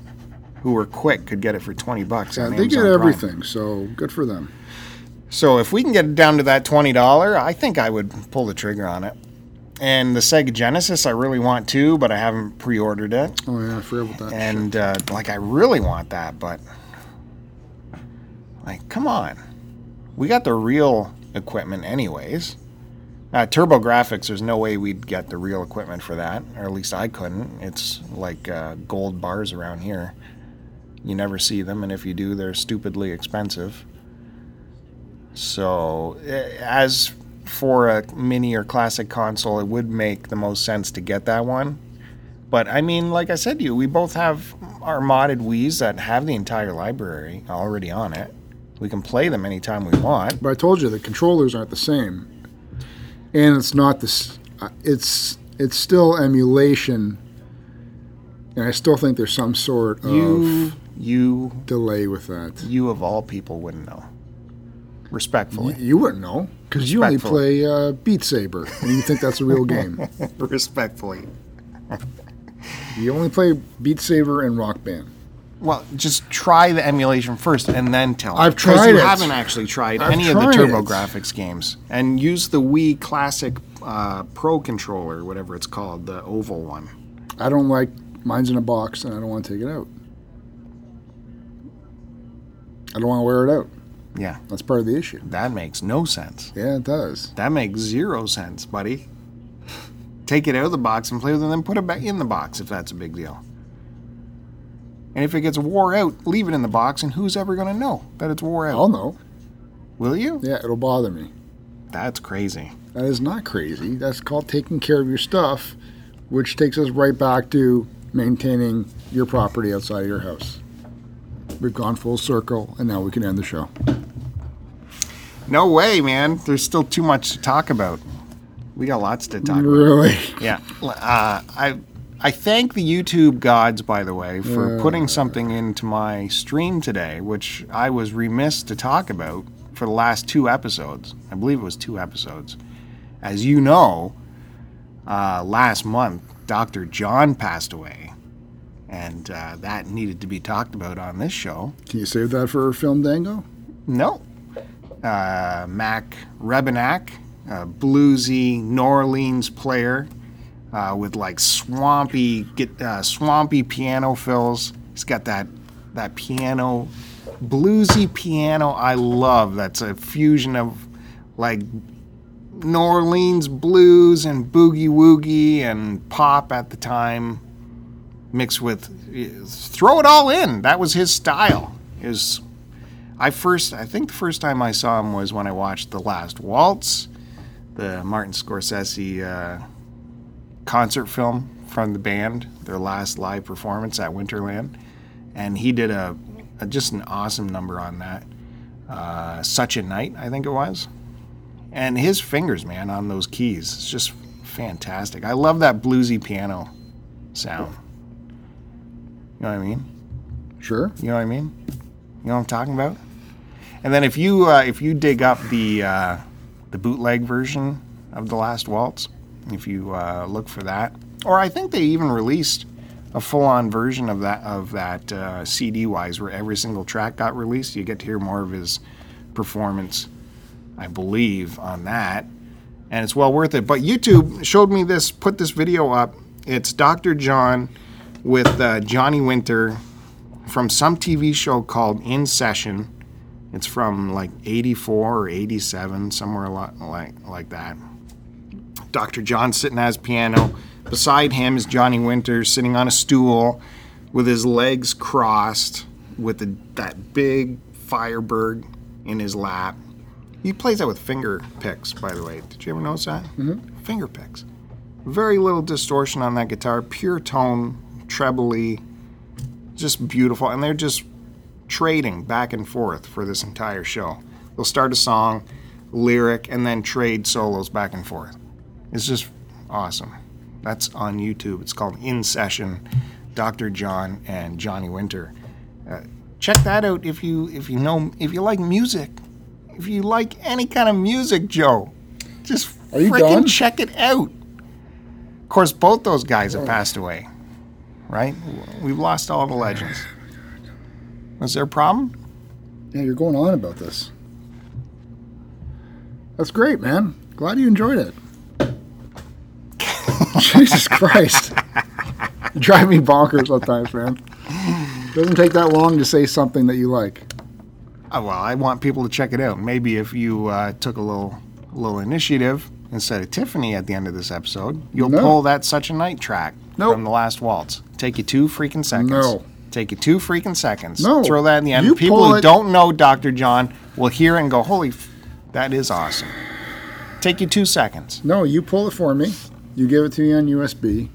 Speaker 2: who were quick could get it for 20 bucks.
Speaker 1: Yeah,
Speaker 2: on
Speaker 1: they get
Speaker 2: Amazon Prime.
Speaker 1: everything, so good for them.
Speaker 2: So if we can get it down to that $20, I think I would pull the trigger on it. and the Sega Genesis I really want too, but I haven't pre-ordered it.
Speaker 1: Oh yeah, I forgot about that.
Speaker 2: And uh, like I really want that, but like come on. We got the real equipment anyways. Uh, Turbo Graphics, there's no way we'd get the real equipment for that, or at least I couldn't. It's like uh, gold bars around here. You never see them, and if you do, they're stupidly expensive. So, eh, as for a mini or classic console, it would make the most sense to get that one. But I mean, like I said to you, we both have our modded Wii's that have the entire library already on it. We can play them anytime we want.
Speaker 1: But I told you the controllers aren't the same, and it's not this. uh, It's it's still emulation, and I still think there's some sort of
Speaker 2: You, you
Speaker 1: delay with that.
Speaker 2: you of all people wouldn't know.
Speaker 1: You,
Speaker 2: Respectfully.
Speaker 1: you wouldn't know because you only
Speaker 2: Respectfully.
Speaker 1: play uh, Beat Saber, and you think that's a real game.
Speaker 2: Respectfully.
Speaker 1: You only play Beat Saber and Rock Band.
Speaker 2: Well, just try the emulation first and then tell.
Speaker 1: I've
Speaker 2: 'Cause
Speaker 1: tried
Speaker 2: you
Speaker 1: it.
Speaker 2: haven't actually tried
Speaker 1: I've
Speaker 2: any of
Speaker 1: tried
Speaker 2: the
Speaker 1: it.
Speaker 2: TurboGrafx games. And use the Wii Classic uh, Pro controller, whatever it's called, the oval one.
Speaker 1: I don't like mine's in a box, and I don't want to take it out. I don't want to wear it out.
Speaker 2: Yeah,
Speaker 1: That's part of the issue.
Speaker 2: that makes no sense.
Speaker 1: Yeah, it does.
Speaker 2: That makes zero sense, buddy. Take it out of the box and play with it, and then put it back in the box if that's a big deal. And if it gets wore out, leave it in the box, and who's ever going to know that it's wore out?
Speaker 1: I'll know.
Speaker 2: Will you?
Speaker 1: Yeah, it'll bother me.
Speaker 2: That's crazy.
Speaker 1: That is not crazy. That's called taking care of your stuff, which takes us right back to maintaining your property outside of your house. We've gone full circle, and now we can end the show.
Speaker 2: No way, man. There's still too much to talk about. We got lots to talk about.
Speaker 1: Really?
Speaker 2: Yeah. Uh, I I thank the YouTube gods, by the way, for putting something into my stream today, which I was remiss to talk about for the last two episodes. I believe it was two episodes. As you know, uh, last month Dr. John passed away, and uh, that needed to be talked about on this show.
Speaker 1: Can you save that for Film Dango?
Speaker 2: No. Uh, Mac Rebenak, a bluesy New Orleans player uh, with like swampy, get, uh, swampy piano fills. He's got that that piano, bluesy piano I love. That's a fusion of like New Orleans blues and boogie woogie and pop at the time mixed with throw it all in. That was his style. His I first I think the first time I saw him was when I watched The Last Waltz, the Martin Scorsese uh, concert film from the band, their last live performance at Winterland, and he did a, a just an awesome number on that. Uh, Such a night, I think it was, and his fingers, man, on those keys, it's just fantastic. I love that bluesy piano sound. You know what I mean?
Speaker 1: Sure.
Speaker 2: You know what I mean? You know what I'm talking about? And then if you uh, if you dig up the uh, the bootleg version of the Last Waltz, if you uh, look for that, or I think they even released a full-on version of that of that uh, CD-wise, where every single track got released. You get to hear more of his performance, I believe, on that, and it's well worth it. But YouTube showed me this, put this video up. It's Dr. John with uh, Johnny Winter from some TV show called In Session. It's from like 84 or 87, somewhere lo- like, like that. Dr. John sitting at his piano. Beside him is Johnny Winter sitting on a stool with his legs crossed with the, that big Firebird in his lap. He plays that with finger picks, by the way. Did you ever notice that? Mm-hmm. Finger picks. Very little distortion on that guitar, pure tone, trebly just beautiful and they're just trading back and forth for this entire show they'll start a song lyric and then trade solos back and forth it's just awesome that's on youtube it's called in session dr john and johnny winter uh, check that out if you if you know if you like music if you like any kind of music joe just
Speaker 1: Are you
Speaker 2: freaking
Speaker 1: done?
Speaker 2: check it out of course both those guys
Speaker 1: Oh.
Speaker 2: have passed away right? We've lost all the legends. Was there a problem?
Speaker 1: Yeah, you're going on about this. That's great, man. Glad you enjoyed it. Jesus Christ. You drive me bonkers sometimes, man. Doesn't take that long to say something that you like.
Speaker 2: Oh, well, I want people to check it out. Maybe if you uh, took a little little initiative instead of Tiffany at the end of this episode, you'll
Speaker 1: No.
Speaker 2: pull that such a night track
Speaker 1: Nope.
Speaker 2: from the last waltz. Take you two freaking seconds.
Speaker 1: No.
Speaker 2: Take you two freaking seconds.
Speaker 1: No.
Speaker 2: Throw that in the end.
Speaker 1: You
Speaker 2: people
Speaker 1: pull
Speaker 2: who
Speaker 1: it-
Speaker 2: don't know Dr. John will hear and go, "Holy, f- that is awesome." Take you two seconds.
Speaker 1: No, you pull it for me. You give it to me on USB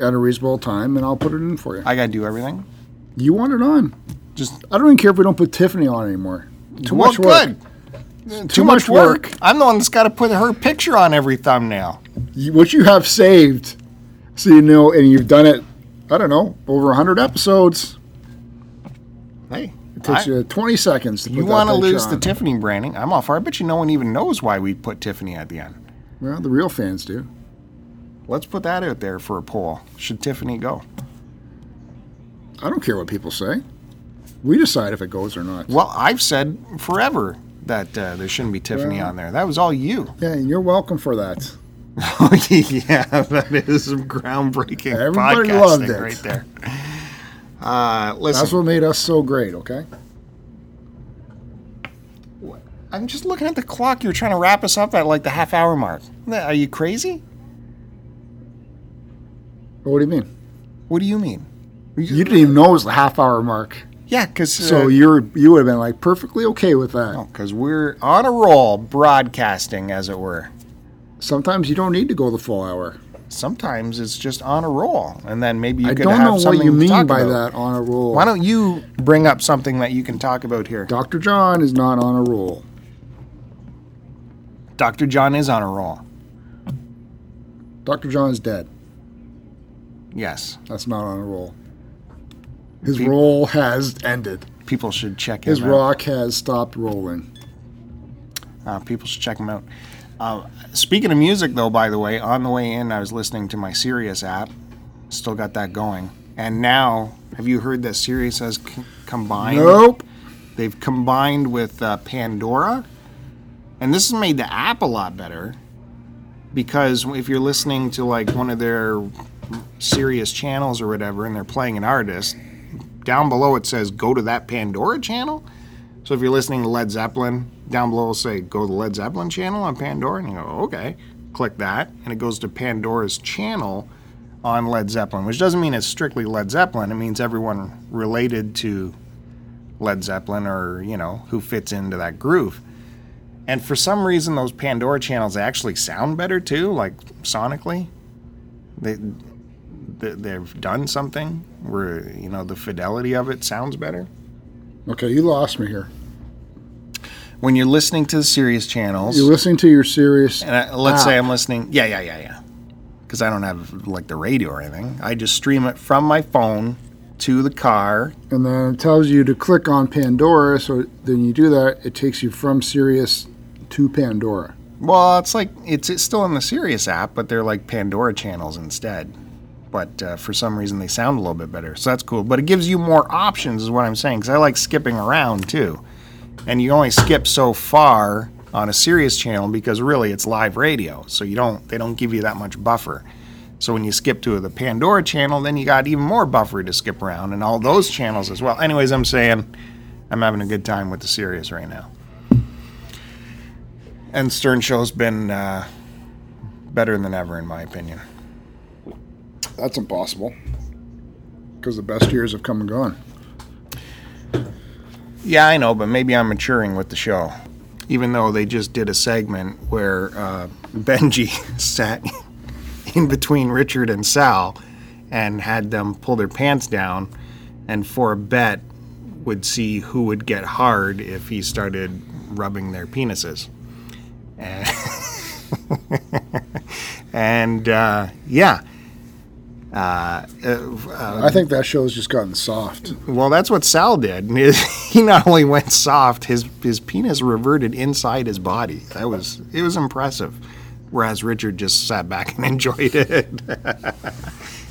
Speaker 1: at a reasonable time, and I'll put it in for you.
Speaker 2: I gotta do everything.
Speaker 1: You want it on.
Speaker 2: Just
Speaker 1: I don't even care if we don't put Tiffany on anymore. Too
Speaker 2: well,
Speaker 1: much work.
Speaker 2: good. Too, much,
Speaker 1: much
Speaker 2: work.
Speaker 1: work.
Speaker 2: I'm the one that's got to put her picture on every thumbnail.
Speaker 1: You- what you have saved, so you know, and you've done it, I don't know, over 100 episodes.
Speaker 2: Hey,
Speaker 1: It takes
Speaker 2: I-
Speaker 1: you 20 seconds to put
Speaker 2: You
Speaker 1: that
Speaker 2: want to
Speaker 1: picture
Speaker 2: lose the
Speaker 1: on.
Speaker 2: Tiffany branding? I'm off. I bet you no one even knows why we put Tiffany at the end.
Speaker 1: Well, the real fans do.
Speaker 2: Let's put that out there for a poll. Should Tiffany go?
Speaker 1: I don't care what people say. We decide if it goes or not.
Speaker 2: Well, I've said forever that uh, there shouldn't be Tiffany
Speaker 1: Well-
Speaker 2: on there. That was all you.
Speaker 1: Yeah, and you're welcome for that.
Speaker 2: Oh yeah, that is some groundbreaking
Speaker 1: Everybody
Speaker 2: podcasting
Speaker 1: loved it.
Speaker 2: right there. Uh, listen,
Speaker 1: That's what made us so great, okay?
Speaker 2: I'm just looking at the clock. You're trying to wrap us up at like the half hour mark. Are you crazy?
Speaker 1: What do you mean?
Speaker 2: What do you mean?
Speaker 1: You didn't even know it was the half hour mark.
Speaker 2: Yeah, uh, Oh. because
Speaker 1: So you're you would have been like perfectly okay with that.
Speaker 2: because we're on a roll, broadcasting, as it were.
Speaker 1: Sometimes you don't need to go the full hour.
Speaker 2: Sometimes it's just on a roll, and then maybe you
Speaker 1: I
Speaker 2: could
Speaker 1: don't
Speaker 2: have
Speaker 1: know
Speaker 2: something
Speaker 1: what you
Speaker 2: to
Speaker 1: mean
Speaker 2: talk
Speaker 1: by
Speaker 2: about.
Speaker 1: that on a roll.
Speaker 2: Why don't you bring up something that you can talk about here?
Speaker 1: Dr. John is not on a roll.
Speaker 2: Dr. John is on a roll.
Speaker 1: Dr. John's dead.
Speaker 2: Yes,
Speaker 1: That's not on a roll. His
Speaker 2: Pe-
Speaker 1: roll has ended.
Speaker 2: people should check him
Speaker 1: His
Speaker 2: out.
Speaker 1: rock has stopped rolling.
Speaker 2: Uh, people should check him out. Uh, speaking of music, though, by the way, on the way in, I was listening to my Sirius app. Still got that going. And now, have you heard that Sirius has c- combined?
Speaker 1: Nope.
Speaker 2: They've combined with uh, Pandora, and this has made the app a lot better because if you're listening to like one of their serious channels or whatever, and they're playing an artist, down below it says go to that Pandora channel. So if you're listening to Led Zeppelin, down below will say go to the Led Zeppelin channel on Pandora, and you go okay, click that, and it goes to Pandora's channel on Led Zeppelin, which doesn't mean it's strictly Led Zeppelin. It means everyone related to Led Zeppelin or, you know, who fits into that groove. And for some reason, those Pandora channels actually sound better too, like sonically. They, they they've done something where you know the fidelity of it sounds better.
Speaker 1: Okay, you lost me here.
Speaker 2: When you're listening to the Sirius channels,
Speaker 1: You're listening to your serious.
Speaker 2: and I, let's say
Speaker 1: app.
Speaker 2: I'm listening, yeah, yeah, yeah, yeah, because I don't have like the radio or anything. I just stream it from my phone to the car.
Speaker 1: and then it tells you to click on Pandora. So then you do that. It takes you from Sirius to Pandora.
Speaker 2: Well, it's like it's, it's still in the Sirius app, but they're like Pandora channels instead. But uh, for some reason, they sound a little bit better, so that's cool. But it gives you more options, is what I'm saying. Because I like skipping around too, and you only skip so far on a Sirius channel because really it's live radio, so you don't they don't give you that much buffer. So when you skip to the Pandora channel, then you got even more buffer to skip around and all those channels as well. Anyways, I'm saying I'm having a good time with the Sirius right now. And Stern Show's been uh, better than ever, in my opinion.
Speaker 1: That's impossible because the best years have come and gone.
Speaker 2: Yeah, I know, but maybe I'm maturing with the show. Even though they just did a segment where uh, Benji sat in between Richard and Sal and had them pull their pants down, and for a bet, would see who would get hard if he started rubbing their penises. And, and uh, yeah. Uh, uh,
Speaker 1: I think that show's just gotten soft.
Speaker 2: Well, that's what Sal did. He not only went soft, his his penis reverted inside his body. That was it was impressive. Whereas Richard just sat back and enjoyed it.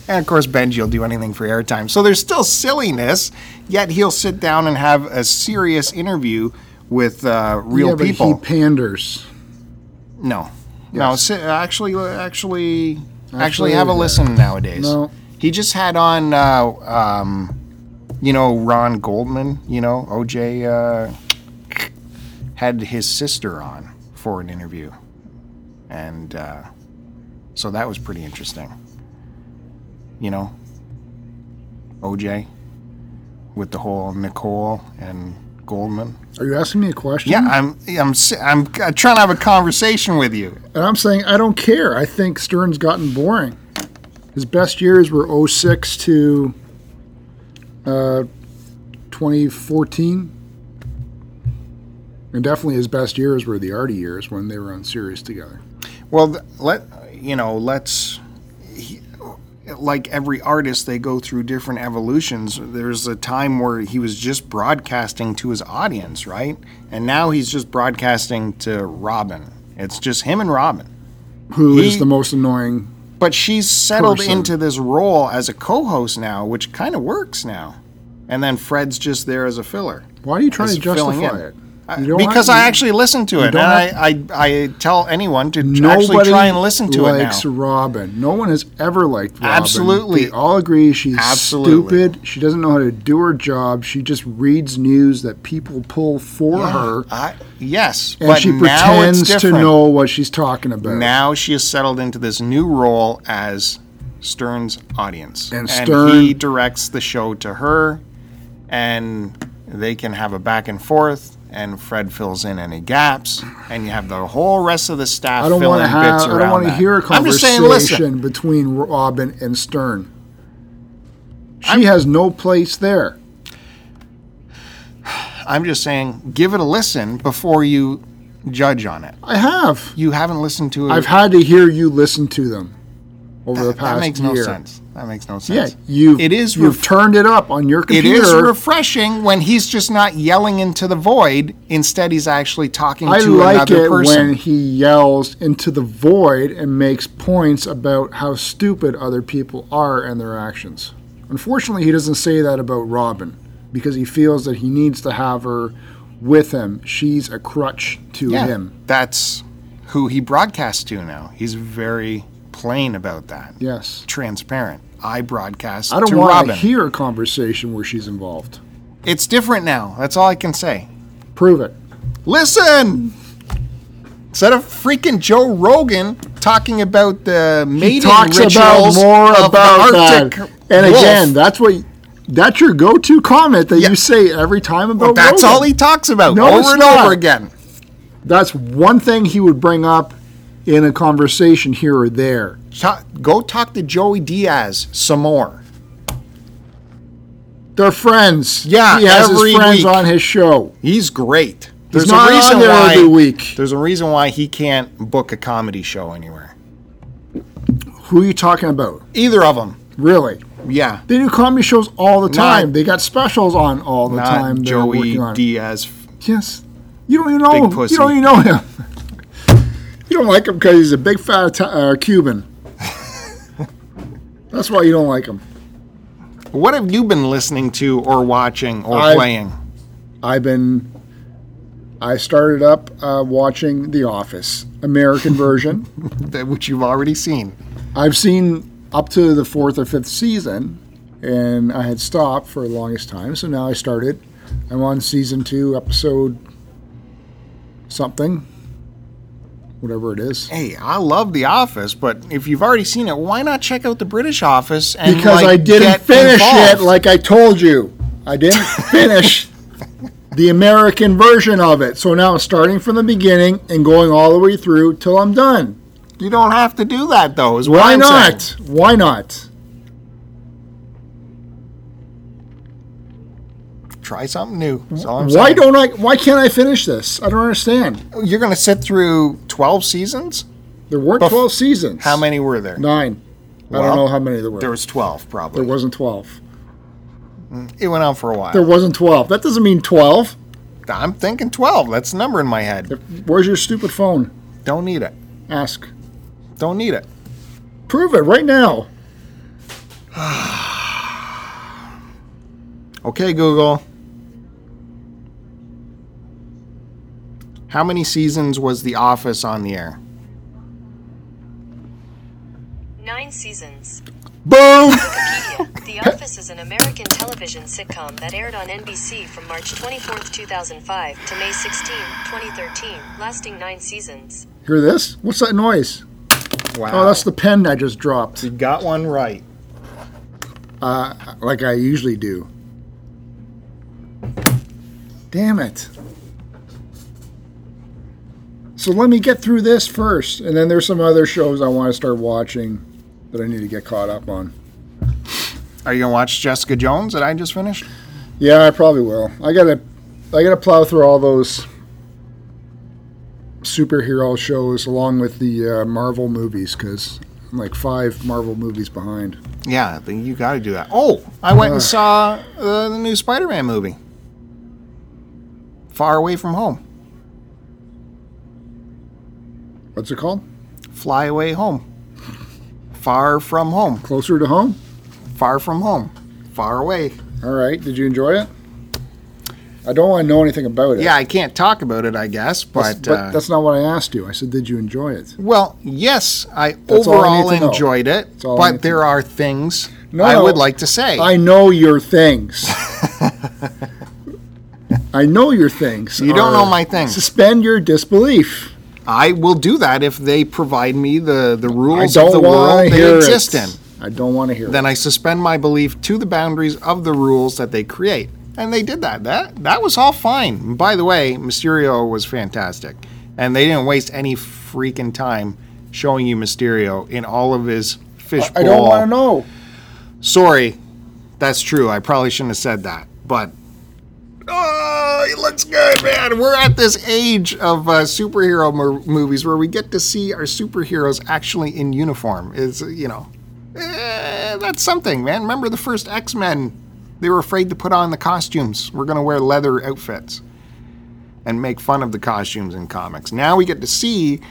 Speaker 2: and of course, Benji will do anything for airtime. So there's still silliness, yet he'll sit down and have a serious interview with uh, real
Speaker 1: yeah, but
Speaker 2: people.
Speaker 1: he panders.
Speaker 2: no, No,
Speaker 1: Yes.
Speaker 2: si- actually, actually, actually,
Speaker 1: Actually,
Speaker 2: have a
Speaker 1: yeah.
Speaker 2: listen nowadays.
Speaker 1: No.
Speaker 2: He just had on, uh, um, you know, Ron Goldman. You know, OJ uh, had his sister on for an interview, and uh, so that was pretty interesting. You know, OJ with the whole Nicole and Goldman.
Speaker 1: Are you asking me a question?
Speaker 2: Yeah, I'm,
Speaker 1: Mm-hmm.
Speaker 2: I'm, si- I'm uh, trying to have a conversation with you.
Speaker 1: And I'm saying I don't care. I think Stern's gotten boring. His best years were 06 to uh, 2014. And definitely his best years were the Artie years when they were on Sirius together.
Speaker 2: Well, th- let you know, let's he, like every artist, they go through different evolutions. There's a time where he was just broadcasting to his audience, right? And now he's just broadcasting to Robin. It's just him and Robin.
Speaker 1: Who is
Speaker 2: He-
Speaker 1: the most annoying?
Speaker 2: But she's settled
Speaker 1: Person.
Speaker 2: into this role as a co-host now, which kind of works now. And then Fred's just there as a filler.
Speaker 1: Why are you trying
Speaker 2: It's
Speaker 1: to
Speaker 2: filling
Speaker 1: justify
Speaker 2: in.
Speaker 1: it?
Speaker 2: I-
Speaker 1: You don't
Speaker 2: because
Speaker 1: have-
Speaker 2: I actually listen to it, and
Speaker 1: don't
Speaker 2: I, I I tell anyone to
Speaker 1: Nobody
Speaker 2: actually try and listen to it now.
Speaker 1: likes Robin. No one has ever liked Robin.
Speaker 2: Absolutely.
Speaker 1: They all agree she's
Speaker 2: Absolutely.
Speaker 1: stupid. She doesn't know how to do her job. She just reads news that people pull for her.
Speaker 2: I, yes,
Speaker 1: And
Speaker 2: but
Speaker 1: she
Speaker 2: now it's
Speaker 1: pretends to
Speaker 2: different.
Speaker 1: know what she's talking about.
Speaker 2: Now she has settled into this new role as Stern's audience,
Speaker 1: And
Speaker 2: he
Speaker 1: Stern-
Speaker 2: directs the show to her, and they can have a back and forth. And Fred fills in any gaps, and you have the whole rest of the staff
Speaker 1: I don't
Speaker 2: filling
Speaker 1: want to have.
Speaker 2: bits around
Speaker 1: I don't want to
Speaker 2: that.
Speaker 1: hear a
Speaker 2: I'm just saying,
Speaker 1: conversation
Speaker 2: listen,
Speaker 1: between Robin and Stern. She has no place there.
Speaker 2: I'm just saying, give it a listen before you judge on it.
Speaker 1: I have.
Speaker 2: You haven't listened to it.
Speaker 1: I've had to hear you listen to them over the past
Speaker 2: that makes
Speaker 1: year.
Speaker 2: no sense. That makes no
Speaker 1: Yeah,
Speaker 2: sense.
Speaker 1: you.
Speaker 2: It is
Speaker 1: You've
Speaker 2: ref-
Speaker 1: turned it up on your
Speaker 2: It
Speaker 1: computer.
Speaker 2: is refreshing when he's just not yelling into the void. Instead, he's actually talking
Speaker 1: I
Speaker 2: to
Speaker 1: like
Speaker 2: another
Speaker 1: it
Speaker 2: person.
Speaker 1: when he yells into the void and makes points about how stupid other people are and their actions. Unfortunately, he doesn't say that about Robin because he feels that he needs to have her with him. She's a crutch to
Speaker 2: yeah,
Speaker 1: him.
Speaker 2: that's who he broadcasts to now. He's very plain about that,
Speaker 1: Yes.
Speaker 2: transparent. I broadcast
Speaker 1: I don't
Speaker 2: to
Speaker 1: want
Speaker 2: Robin.
Speaker 1: to hear a conversation where she's involved.
Speaker 2: it's different now. That's all I can say.
Speaker 1: Prove it.
Speaker 2: Listen. Instead of freaking Joe Rogan talking about the mating
Speaker 1: He talks about
Speaker 2: rituals
Speaker 1: more
Speaker 2: of
Speaker 1: about
Speaker 2: the
Speaker 1: that.
Speaker 2: Arctic
Speaker 1: And
Speaker 2: wolf.
Speaker 1: again, that's what that's your go-to comment that
Speaker 2: Yeah.
Speaker 1: you say every time about
Speaker 2: that's
Speaker 1: Rogan.
Speaker 2: all he talks about
Speaker 1: No, it's
Speaker 2: over and over
Speaker 1: not.
Speaker 2: again.
Speaker 1: That's one thing he would bring up in a conversation here or there.
Speaker 2: Ta go talk to Joey Diaz some more.
Speaker 1: They're friends.
Speaker 2: Yeah,
Speaker 1: he has
Speaker 2: every
Speaker 1: his friends
Speaker 2: week.
Speaker 1: on his show.
Speaker 2: He's great.
Speaker 1: He's not on there every week.
Speaker 2: There's a reason why he can't book a comedy show anywhere.
Speaker 1: Who are you talking about?
Speaker 2: Either of them.
Speaker 1: Really?
Speaker 2: Yeah.
Speaker 1: They do comedy shows all the time. they got specials on all the time.
Speaker 2: Not
Speaker 1: they're
Speaker 2: Joey
Speaker 1: working on.
Speaker 2: Diaz.
Speaker 1: Yes. You don't even know
Speaker 2: Big
Speaker 1: him.
Speaker 2: pussy.
Speaker 1: You don't even know him. you don't like him because he's a big fat Ita- uh, Cuban. That's why you don't like him.
Speaker 2: What have you been listening to or watching or
Speaker 1: I've-
Speaker 2: playing?
Speaker 1: I've been. I started up uh, watching The Office, American version.
Speaker 2: That which you've already seen.
Speaker 1: I've seen up to the fourth or fifth season, and I had stopped for the longest time. So now I started. I'm on season two, episode something, whatever it is.
Speaker 2: Hey, I love The Office, but if you've already seen it, why not check out the British Office and
Speaker 1: Because
Speaker 2: like,
Speaker 1: I didn't
Speaker 2: get
Speaker 1: finish it,
Speaker 2: involved?
Speaker 1: like I told you, I didn't finish the American version of it. So now I'm starting from the beginning and going all the way through till I'm done.
Speaker 2: you don't have to do that though. Is what
Speaker 1: Why
Speaker 2: I'm saying.
Speaker 1: not? Why not?
Speaker 2: Try something new. That's all I'm saying.
Speaker 1: Why don't I? Why can't I finish this? I don't understand.
Speaker 2: You're going to sit through 12 seasons?
Speaker 1: There weren't
Speaker 2: Bef-
Speaker 1: 12 seasons.
Speaker 2: How many were there?
Speaker 1: Nine. I
Speaker 2: Well,
Speaker 1: don't know how many there were.
Speaker 2: There
Speaker 1: There,
Speaker 2: was 12 probably.
Speaker 1: wasn't 12.
Speaker 2: it went on for a while.
Speaker 1: There wasn't 12. That doesn't mean 12.
Speaker 2: I'm thinking 12. That's the number in my head.
Speaker 1: Where's your stupid phone?
Speaker 2: Don't need it.
Speaker 1: Ask.
Speaker 2: Don't need it.
Speaker 1: Prove it right now.
Speaker 2: Okay, Google. How many seasons was The Office on the air?
Speaker 3: nine seasons.
Speaker 1: Boom!
Speaker 3: The Office is an American television sitcom that aired on NBC from March 24, 2005 to May 16, 2013, lasting nine seasons.
Speaker 1: Hear this? What's that noise?
Speaker 2: Wow.
Speaker 1: Oh, that's the pen I just dropped,
Speaker 2: you got one right.
Speaker 1: like I usually do. Damn it. So let me get through this first, and then there's some other shows I want to start watching that I need to get caught up on.
Speaker 2: Are you gonna watch Jessica Jones that I just finished?
Speaker 1: Yeah, I probably will. I gotta, I gotta plow through all those superhero shows along with the uh, Marvel movies because I'm like five Marvel movies behind.
Speaker 2: Yeah, then you got to do that. Oh, I went and saw uh, the new Spider-Man movie. Far away from home,
Speaker 1: What's it called?
Speaker 2: fly away home, far from home,
Speaker 1: Closer to Home.
Speaker 2: far from home, far away.
Speaker 1: All right. Did you enjoy it? I don't want to know anything about it.
Speaker 2: Yeah, I can't talk about it, I guess,
Speaker 1: That's-
Speaker 2: but,
Speaker 1: but,
Speaker 2: uh,
Speaker 1: that's not what I asked you. I said, did you enjoy it?
Speaker 2: well, yes, I
Speaker 1: That's all I
Speaker 2: overall
Speaker 1: need to know.
Speaker 2: enjoyed it,
Speaker 1: all I need
Speaker 2: but
Speaker 1: to
Speaker 2: there are things
Speaker 1: No,
Speaker 2: I
Speaker 1: no.
Speaker 2: would like to say.
Speaker 1: I know your things. I know your things.
Speaker 2: You
Speaker 1: are-
Speaker 2: don't know my things.
Speaker 1: Suspend your disbelief.
Speaker 2: I will do that if they provide me the, the
Speaker 1: I
Speaker 2: rules of the
Speaker 1: don't want
Speaker 2: world
Speaker 1: to
Speaker 2: they
Speaker 1: hear
Speaker 2: exist in.
Speaker 1: it. I don't want to hear
Speaker 2: then I suspend my belief to the boundaries of the rules that they create. And they did that. That that was all fine. And by the way, Mysterio was fantastic. And they didn't waste any freaking time showing you Mysterio in all of his
Speaker 1: it.
Speaker 2: fishbowl.
Speaker 1: I don't want to know.
Speaker 2: Sorry. That's true. I probably shouldn't have said that. But Oh, he looks good, man. We're at this age of uh, superhero mo- movies where we get to see our superheroes actually in uniform. Is you know, eh, that's something, man. Remember the first X Men? They were afraid to put on the costumes. We're gonna wear leather outfits and make fun of the costumes in comics. Now we get to see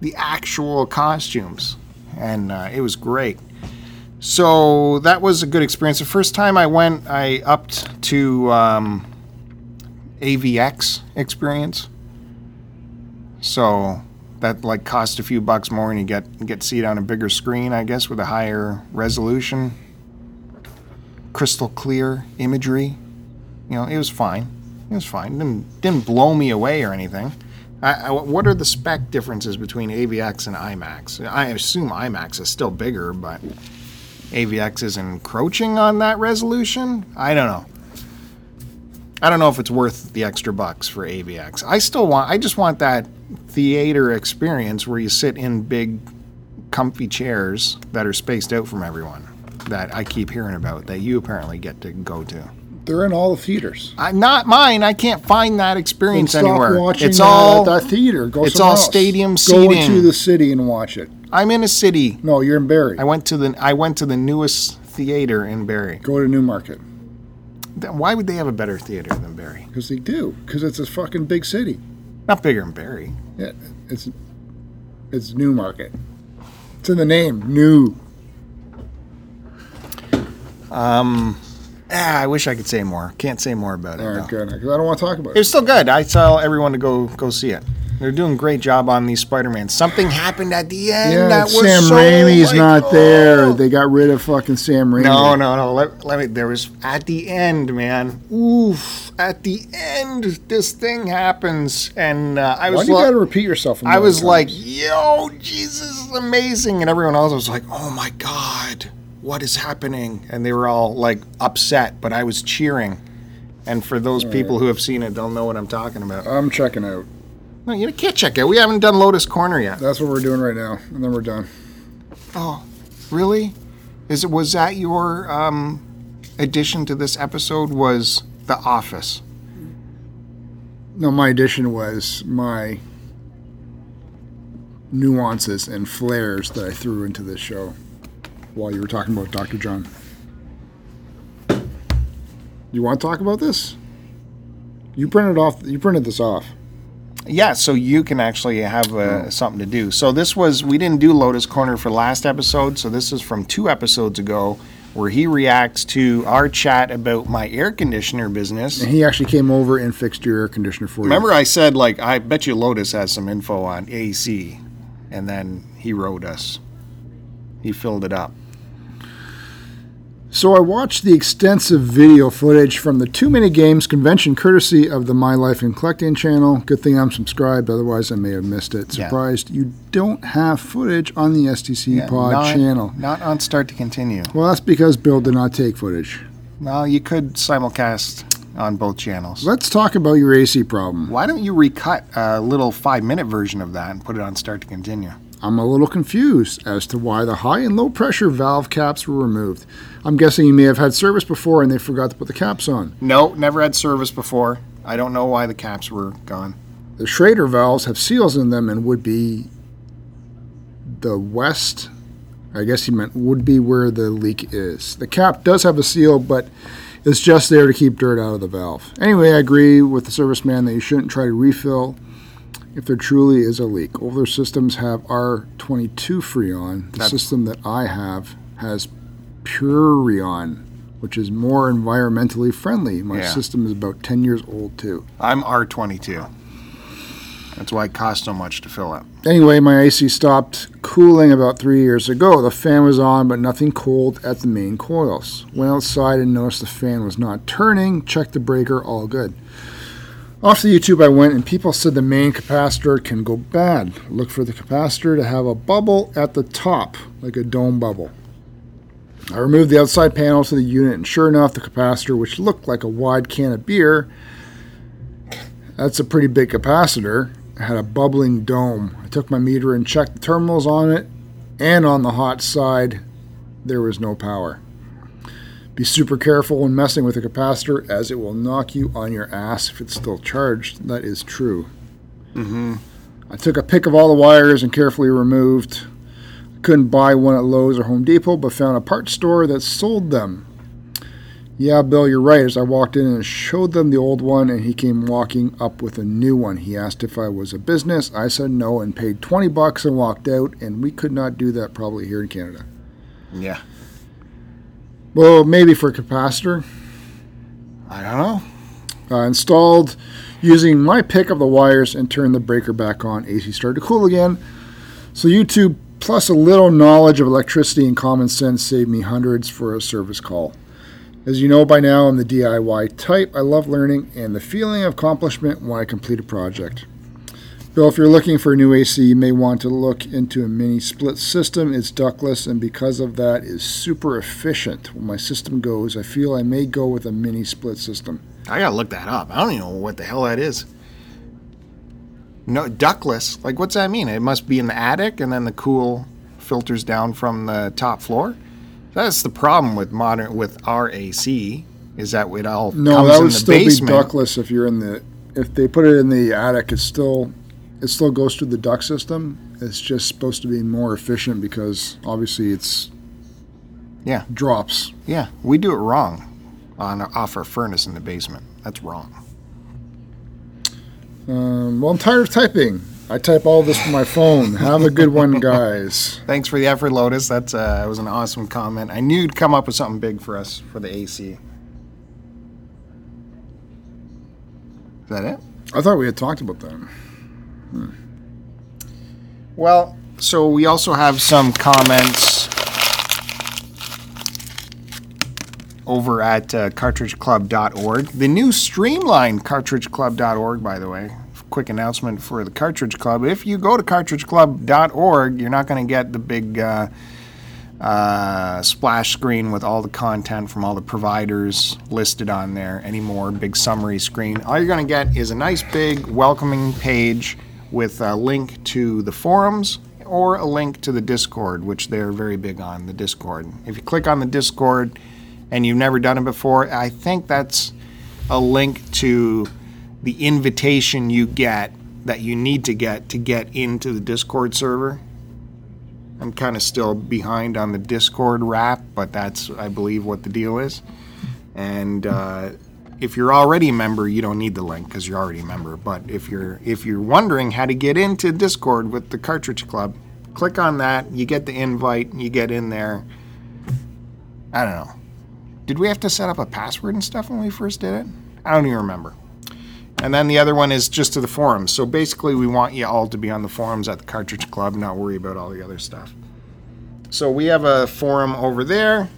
Speaker 2: the actual costumes, and uh, it was great. So that was a good experience. The first time I went, I upped to. Um, AVX experience. So that like costs a few bucks more, and you get you get to see it on a bigger screen, I guess, with a higher resolution, crystal clear imagery. You know, it was fine. It was fine. Didn't didn't blow me away or anything. I, I- what are the spec differences between AVX and IMAX? I assume IMAX is still bigger, but AVX is encroaching on that resolution. I don't know. I don't know if it's worth the extra bucks for AVX. I still want. I just want that theater experience where you sit in big, comfy chairs that are spaced out from everyone. That I keep hearing about. That you apparently get to go to.
Speaker 1: They're in all the theaters.
Speaker 2: I, not mine. I can't find that experience
Speaker 1: Stop
Speaker 2: anywhere.
Speaker 1: watching
Speaker 2: it's
Speaker 1: that
Speaker 2: all.
Speaker 1: at that theater. Go
Speaker 2: it's
Speaker 1: somewhere
Speaker 2: all
Speaker 1: else.
Speaker 2: stadium
Speaker 1: Go
Speaker 2: seating.
Speaker 1: into the city and watch it.
Speaker 2: I'm in a city.
Speaker 1: No, you're in Barrie.
Speaker 2: I went to the. I went to the newest theater in Barrie.
Speaker 1: Go to Newmarket
Speaker 2: Th- Why would they have a better theater than Barrie?
Speaker 1: because they do because it's a fucking big city.
Speaker 2: Not bigger than Barrie.
Speaker 1: Yeah, it's it's Newmarket. It's in the name, New.
Speaker 2: Ah, I wish I could say more. Can't say more about it.
Speaker 1: All
Speaker 2: though.
Speaker 1: right, good. 'Cause I don't want to talk about
Speaker 2: It
Speaker 1: it.
Speaker 2: was still good. I tell everyone to go go see it. They're doing a great job on these Spider-Man. Something happened at the end
Speaker 1: Yeah,
Speaker 2: that was
Speaker 1: Sam
Speaker 2: so
Speaker 1: Raimi's
Speaker 2: like,
Speaker 1: not there.
Speaker 2: oh.
Speaker 1: They got rid of fucking Sam Raimi.
Speaker 2: No, no, no. Let, let me. There was at the end, man. Oof! At the end, this thing happens, and uh, I
Speaker 1: Why
Speaker 2: was
Speaker 1: do you
Speaker 2: lo-
Speaker 1: gotta repeat yourself? a
Speaker 2: I
Speaker 1: million
Speaker 2: was
Speaker 1: times?
Speaker 2: like, "Yo, Jesus is amazing," and everyone else was like, "Oh my God, what is happening?" And they were all like upset, but I was cheering. And for those people who have seen it, they'll know what I'm talking about.
Speaker 1: I'm checking out.
Speaker 2: No, you can't check it. We haven't done Lotus Corner yet.
Speaker 1: That's what we're doing right now, and then we're done.
Speaker 2: Oh, really? Is it was that your um, addition to this episode? Was The Office?
Speaker 1: No, my addition was my nuances and flares that I threw into this show while you were talking about Dr. John. You want to talk about this? You printed off. You printed this off.
Speaker 2: Yeah, so you can actually have uh, something to do. So this was we didn't do Lotus Corner for last episode, so this is from two episodes ago where he reacts to our chat about my air conditioner business.
Speaker 1: And he actually came over and fixed your air conditioner for
Speaker 2: Remember, I said like I bet you Lotus has some info on AC, and then he wrote us. He filled it up.
Speaker 1: So I watched the extensive video footage from the Too Many Games convention, courtesy of the My Life in Collecting channel. Good thing I'm subscribed, otherwise I may have missed it.
Speaker 2: Yeah.
Speaker 1: Surprised you don't have footage on the STC Pod
Speaker 2: not,
Speaker 1: channel.
Speaker 2: Not on start to continue.
Speaker 1: Well, that's because Bill did not take footage.
Speaker 2: Well, you could simulcast on both channels.
Speaker 1: Let's talk about your AC problem.
Speaker 2: Why don't you recut a little five minute version of that and put it on start to continue?
Speaker 1: I'm a little confused as to why the high and low pressure valve caps were removed. I'm guessing you may have had service before and they forgot to put the caps on.
Speaker 2: No, never had service before. I don't know why the caps were gone.
Speaker 1: The Schrader valves have seals in them and would be the west. I guess he meant would be where the leak is. The cap does have a seal, but it's just there to keep dirt out of the valve. Anyway, I agree with the serviceman that you shouldn't try to refill if there truly is a leak. Older systems have R22 Freon. The
Speaker 2: That's-
Speaker 1: system that I have has Purion, which is more environmentally friendly. My
Speaker 2: Yeah.
Speaker 1: system is about 10 years old, too.
Speaker 2: I'm R22. That's why it cost so much to fill up.
Speaker 1: Anyway, my AC stopped cooling about three years ago. The fan was on, but nothing cooled at the main coils. Went outside and noticed the fan was not turning. Checked the breaker, all good. Off the YouTube I went, and people said the main capacitor can go bad. Look for the capacitor to have a bubble at the top, like a dome bubble. I removed the outside panel to the unit, and sure enough, the capacitor, which looked like a wide can of beer, that's a pretty big capacitor. It had a bubbling dome. I took my meter and checked the terminals on it, and on the hot side, there was no power. Be super careful when messing with a capacitor, as it will knock you on your ass if it's still charged. That is true. Mm-hmm. I took a pick of all the wires and carefully removed. Couldn't buy one at Lowe's or Home Depot, but found a parts store that sold them. Yeah, Bill, you're right. As I walked in and showed them the old one, and he came walking up with a new one. He asked if I was a business. I said no and paid 20 bucks and walked out, and we could not do that probably here in Canada.
Speaker 2: Yeah.
Speaker 1: Well, maybe for a capacitor.
Speaker 2: I don't know.
Speaker 1: Uh, installed using my pick of the wires and turned the breaker back on. AC started to cool again. So, YouTube plus a little knowledge of electricity and common sense saved me hundreds for a service call. As you know by now, I'm the DIY type. I love learning and the feeling of accomplishment when I complete a project. Bill, if you're looking for a new AC, you may want to look into a mini split system. It's ductless and because of that is super efficient. When my system goes, I feel I may go with a mini split system.
Speaker 2: I gotta look that up. I don't even know what the hell that is. No, ductless. Like, what's that mean? It must be in the attic, and then the cool filters down from the top floor. That's the problem with modern with our AC is that it all
Speaker 1: No,
Speaker 2: comes
Speaker 1: that
Speaker 2: in
Speaker 1: would
Speaker 2: the
Speaker 1: still
Speaker 2: basement.
Speaker 1: be ductless if you're in the. If they put it in the attic, it's still it still goes through the duct system. It's just supposed to be more efficient because obviously it's
Speaker 2: Yeah.
Speaker 1: drops.
Speaker 2: Yeah, we do it wrong on off our furnace in the basement. That's wrong.
Speaker 1: Um, well, I'm tired of typing. I type all this from my phone. Have a good one, guys.
Speaker 2: Thanks for the effort, Lotus. That's uh, that was an awesome comment. I knew you'd come up with something big for us for the AC. Is that it?
Speaker 1: I thought we had talked about that.
Speaker 2: Well, so we also have some comments over at uh, cartridgeclub.org. The new streamlined cartridgeclub.org, by the way. Quick announcement for the Cartridge Club. If you go to cartridgeclub.org, you're not going to get the big uh, uh, splash screen with all the content from all the providers listed on there anymore, big summary screen. All you're going to get is a nice big welcoming page with a link to the forums or a link to the Discord, which they're very big on the Discord. If you click on the Discord and you've never done it before, I think that's a link to the invitation you get that you need to get to get into the Discord server. I'm kind of still behind on the Discord wrap, but that's, I believe, what the deal is. And uh, if you're already a member, you don't need the link because you're already a member. But if you're if you're wondering how to get into Discord with the Cartridge Club, click on that. You get the invite. You get in there. I don't know. Did we have to set up a password and stuff when we first did it? I don't even remember. And then the other one is just to the forums. So basically, we want you all to be on the forums at the Cartridge Club, not worry about all the other stuff. So we have a forum over there.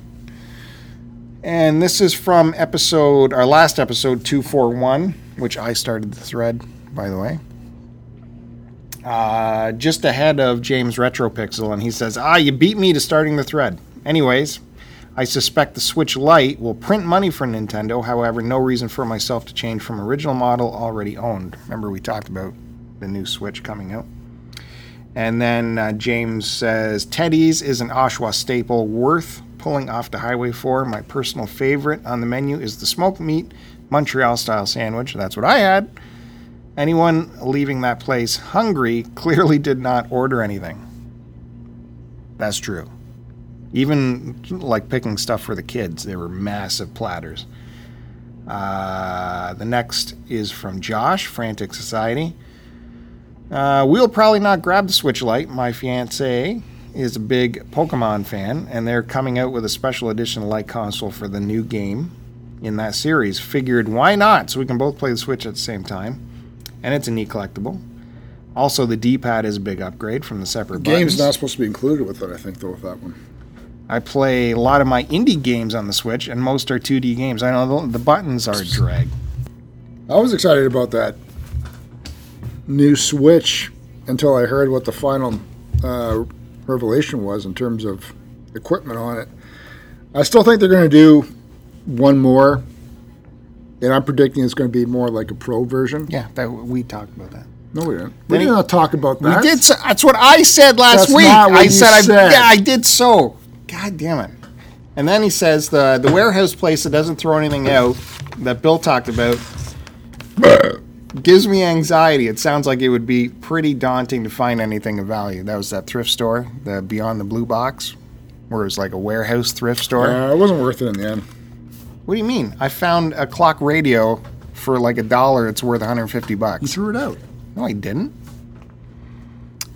Speaker 2: And this is from episode, our last episode, 241, which I started the thread, by the way. Uh, just ahead of James Retropixel, and he says, Ah, you beat me to starting the thread. Anyways, I suspect the Switch Lite will print money for Nintendo, however, no reason for myself to change from original model already owned. Remember, we talked about the new Switch coming out. And then uh, James says, Teddy's is an Oshawa staple worth pulling off the highway for. My personal favorite on the menu is the smoked meat Montreal style sandwich. That's what I had. Anyone leaving that place hungry clearly did not order anything. That's true. Even like picking stuff for the kids, they were massive platters. Uh, the next is from Josh, Frantic Society. Uh, we'll probably not grab the Switch Lite. My fiance is a big Pokemon fan, and they're coming out with a special edition Lite console for the new game in that series. Figured, why not? So we can both play the Switch at the same time. And it's a neat collectible. Also, the D-pad is a big upgrade from the separate
Speaker 1: Game's
Speaker 2: buttons.
Speaker 1: not supposed to be included with it, I think, though, with that one.
Speaker 2: I play a lot of my indie games on the Switch, and most are 2D games. I know the, the buttons are a drag.
Speaker 1: I was excited about that new Switch until I heard what the final uh, revelation was in terms of equipment on it. I still think they're going to do one more, and I'm predicting it's going to be more like a pro version.
Speaker 2: Yeah, that we talked about that.
Speaker 1: No, we didn't. We
Speaker 2: Then
Speaker 1: did
Speaker 2: he-
Speaker 1: not talk about
Speaker 2: We
Speaker 1: that.
Speaker 2: did. So, that's what I said last
Speaker 1: That's
Speaker 2: week.
Speaker 1: not what
Speaker 2: I
Speaker 1: you
Speaker 2: said, I,
Speaker 1: said.
Speaker 2: Yeah, I did so. God damn it. And then he says the the warehouse place that doesn't throw anything out that Bill talked about gives me anxiety. It sounds like it would be pretty daunting to find anything of value. That was that thrift store, the Beyond the Blue Box, where it was like a warehouse thrift store.
Speaker 1: Uh, it wasn't worth it in the end.
Speaker 2: What do you mean? I found a clock radio for like a dollar. It's worth 150 bucks.
Speaker 1: threw it out.
Speaker 2: No, I didn't.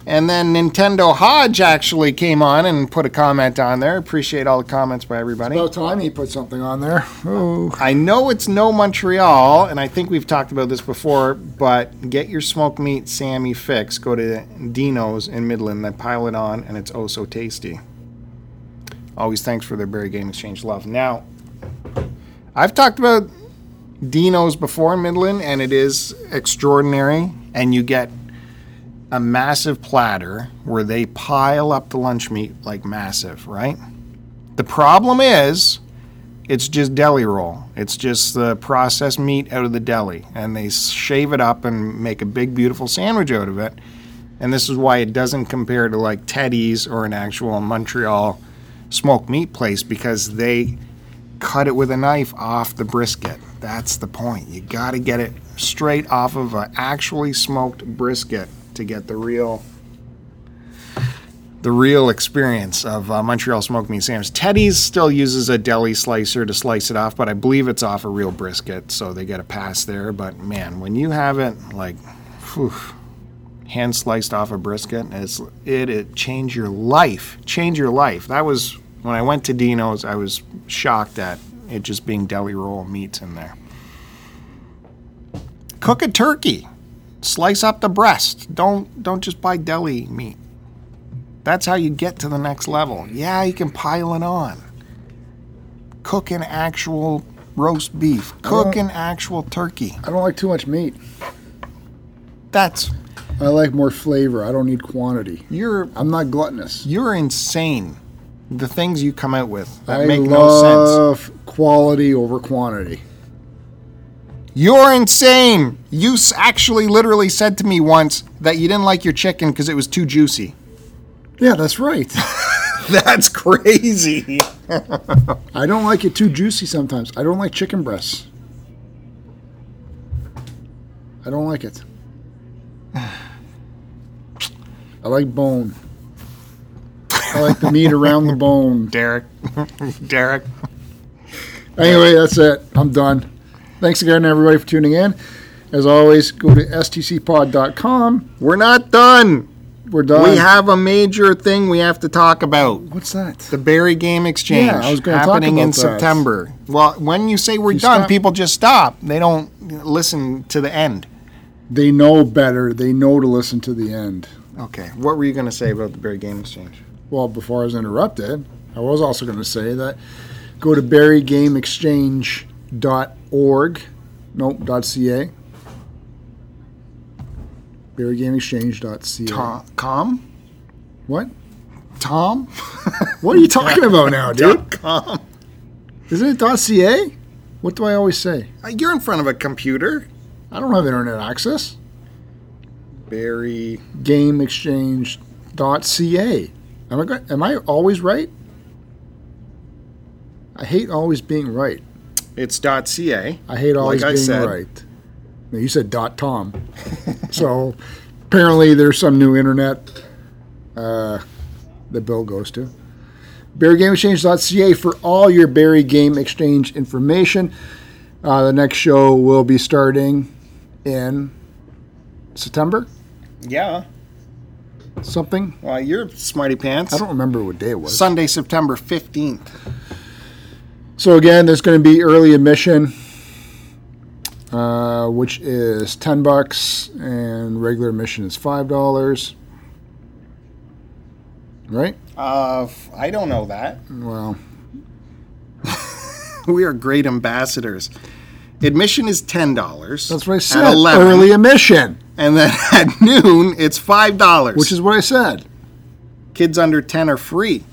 Speaker 2: And then Nintendo Hodge actually came on and put a comment on there. Appreciate all the comments by everybody.
Speaker 1: No time he put something on there. Oh,
Speaker 2: I know it's no Montreal, and I think we've talked about this before, but get your smoked meat Sammy fix. Go to Dino's in Midland, then pile it on, and it's oh so tasty. Always thanks for their Berry Game Exchange love. Now, I've talked about Dino's before in Midland, and it is extraordinary, and you get a massive platter where they pile up the lunch meat like massive, right? The problem is it's just deli roll. It's just the processed meat out of the deli, and they shave it up and make a big, beautiful sandwich out of it. And this is why it doesn't compare to like Teddy's or an actual Montreal smoked meat place because they cut it with a knife off the brisket. That's the point. You got to get it straight off of an actually smoked brisket to get the real the real experience of uh, Montreal smoked meat sandwich. Teddy's still uses a deli slicer to slice it off, but I believe it's off a real brisket, so they get a pass there. But man, when you have it like whew, hand sliced off a brisket, it's it it change your life, change your life. That was when I went to Dino's. I was shocked at it just being deli roll meats in there. Cook a turkey, slice up the breast. Don't don't just buy deli meat. That's how you get to the next level. Yeah, you can pile it on. Cook an actual roast beef. Cook an actual turkey.
Speaker 1: I don't like too much meat.
Speaker 2: That's
Speaker 1: I like more flavor. I don't need quantity.
Speaker 2: you're
Speaker 1: I'm not gluttonous.
Speaker 2: you're insane. The things you come out with that
Speaker 1: I
Speaker 2: make no sense.
Speaker 1: love quality over quantity.
Speaker 2: You're insane. You s- actually literally said to me once that you didn't like your chicken because it was too juicy.
Speaker 1: Yeah, that's right.
Speaker 2: That's crazy.
Speaker 1: I don't like it too juicy sometimes. I don't like chicken breasts. I don't like it. I like bone. I like the meat around the bone.
Speaker 2: Derek. Derek.
Speaker 1: Anyway, that's it. I'm done. Thanks again, everybody, for tuning in. As always, go to stcpod.com.
Speaker 2: We're not done.
Speaker 1: We're done.
Speaker 2: we have a major thing we have to talk about.
Speaker 1: What's that?
Speaker 2: The Barry Game Exchange
Speaker 1: Yeah, I was gonna talk
Speaker 2: happening in
Speaker 1: about that.
Speaker 2: September. Well, when you say we're done,
Speaker 1: stop-
Speaker 2: people just stop. They don't listen to the end.
Speaker 1: They know better. They know to listen to the end.
Speaker 2: Okay. What were you going to say about the Barry Game Exchange?
Speaker 1: well, before I was interrupted, I was also going to say that go to berrygameexchange.org, nope, .ca. Berrygameexchange.ca.
Speaker 2: Tom, com?
Speaker 1: What?
Speaker 2: Tom?
Speaker 1: What are you talking about now, dude?
Speaker 2: com?
Speaker 1: Isn't it .ca? What do I always say?
Speaker 2: Uh, You're in front of a computer.
Speaker 1: I don't have internet access.
Speaker 2: Barry.
Speaker 1: GameExchange.ca. Am I go- am I always right? I hate always being right.
Speaker 2: It's .ca.
Speaker 1: I hate always
Speaker 2: Like I
Speaker 1: being
Speaker 2: said.
Speaker 1: right. No, you said dot .com. so apparently there's some new internet uh, that Bill goes to. BarryGameExchange.ca for all your Barry Game Exchange information. Uh, the next show will be starting in September,
Speaker 2: Yeah.
Speaker 1: something.
Speaker 2: Well, you're smarty pants.
Speaker 1: I don't remember what day it was.
Speaker 2: Sunday, September 15th.
Speaker 1: So again, there's going to be early admission, uh, which is ten bucks, and regular admission is five dollars. Right?
Speaker 2: Uh, f- I don't know that.
Speaker 1: Well,
Speaker 2: We are great ambassadors. Admission is ten dollars.
Speaker 1: that's what I said.
Speaker 2: At eleven,
Speaker 1: Early admission,
Speaker 2: and then at noon it's five dollars.
Speaker 1: which is what I said.
Speaker 2: kids under ten are free.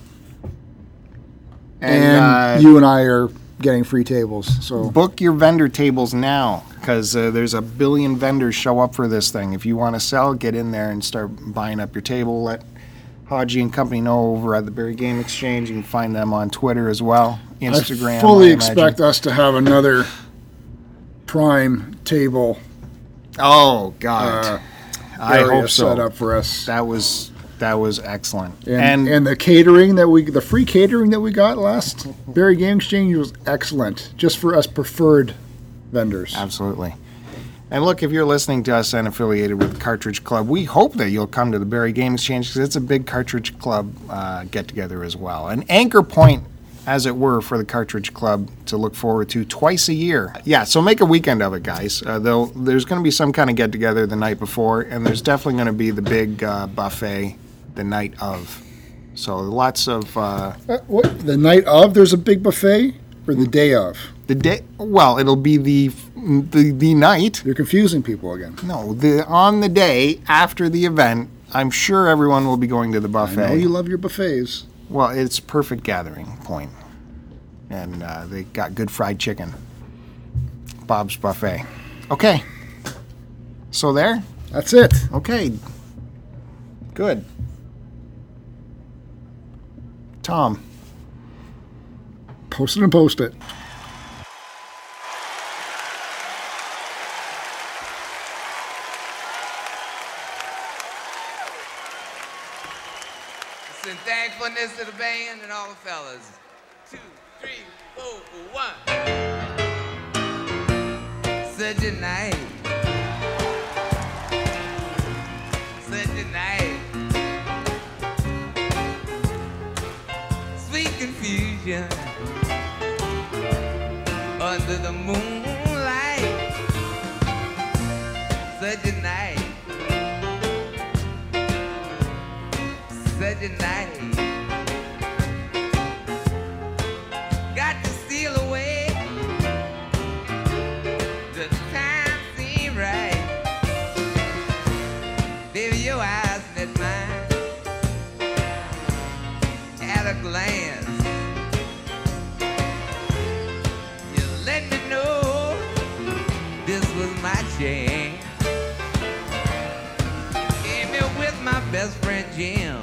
Speaker 1: And,
Speaker 2: uh,
Speaker 1: you and I are getting free tables. So
Speaker 2: book your vendor tables now because uh, there's a billion vendors show up for this thing. If you want to sell, get in there and start buying up your table. Let Haji and company know over at the Berry Game Exchange. You can find them on Twitter as well, Instagram.
Speaker 1: I fully
Speaker 2: I imagine.
Speaker 1: expect us to have another prime table.
Speaker 2: Oh God,
Speaker 1: Uh,
Speaker 2: I
Speaker 1: area
Speaker 2: hope so.
Speaker 1: Set up for us.
Speaker 2: That was that was excellent.
Speaker 1: And, and the catering that we the free catering that we got last Barry Game Exchange was excellent, just for us preferred vendors.
Speaker 2: Absolutely. And look, if you're listening to us and affiliated with Cartridge Club, we hope that you'll come to the Barry Game Exchange because it's a big Cartridge Club uh, get together as well. An anchor point, as it were, for the Cartridge Club to look forward to twice a year. Yeah, so make a weekend of it, guys. Uh, though there's going to be some kind of get together the night before, and there's definitely going to be the big uh, buffet the night of. So lots of uh,
Speaker 1: Uh, what the night of? There's a big buffet, or the day of?
Speaker 2: the day. Well, it'll be the f- the, the night.
Speaker 1: You're confusing people again.
Speaker 2: No, the on the day after the event, I'm sure everyone will be going to the
Speaker 1: I
Speaker 2: buffet.
Speaker 1: know you love your buffets.
Speaker 2: well, it's a perfect gathering point, and uh, they got good fried chicken. Bob's Buffet. Okay. So there.
Speaker 1: That's it.
Speaker 2: Okay. Good. Tom.
Speaker 1: Post it and post it.
Speaker 4: Send thankfulness to the band and all the fellas. Two, three, four, one. Such a night. Such a night. Sweet confusion. Under the moonlight. Such a night. such a night. Got to steal away. The time seemed right. Baby, your eyes met mine. At a glance, you let me know this was my chance came here with my best friend Jim.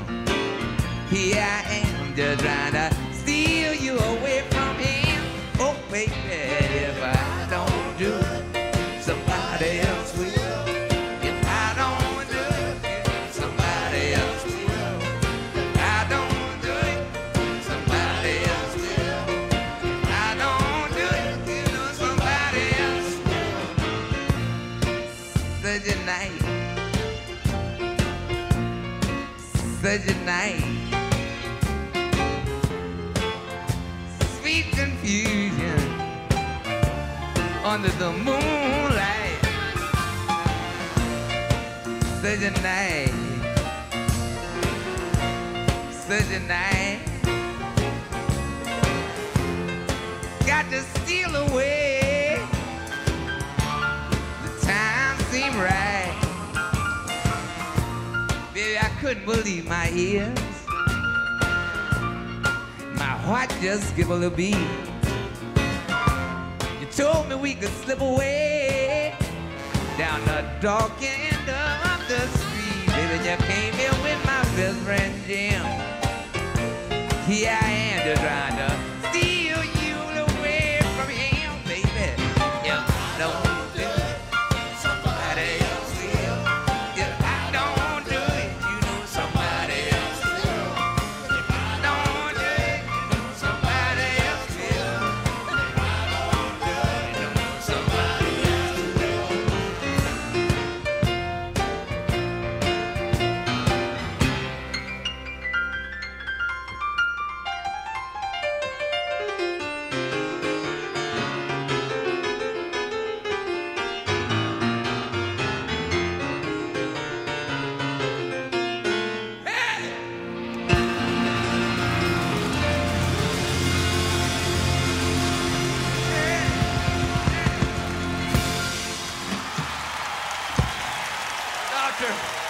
Speaker 4: Here I am, just trying to steal you away from him. Oh, baby, if I don't do it, somebody else will. If I don't do it, somebody else will. If I don't do it, somebody else will. If I don't do it, you know, somebody else will. Such a night. such a night. Sweet confusion under the moonlight. Such a night. such a night. Got to steal away. The time seemed right. Baby, I couldn't believe my ears. My heart just gave a little beat. You told me we could slip away down the dark end of the street. Baby, you came here with my best friend Jim. Here I am just trying to steal you away from him, baby. If I don't do it, somebody else will. If I don't do it, you know somebody else will. If I don't do it, you know somebody else will. If I don't do it, you know somebody else will. Doctor.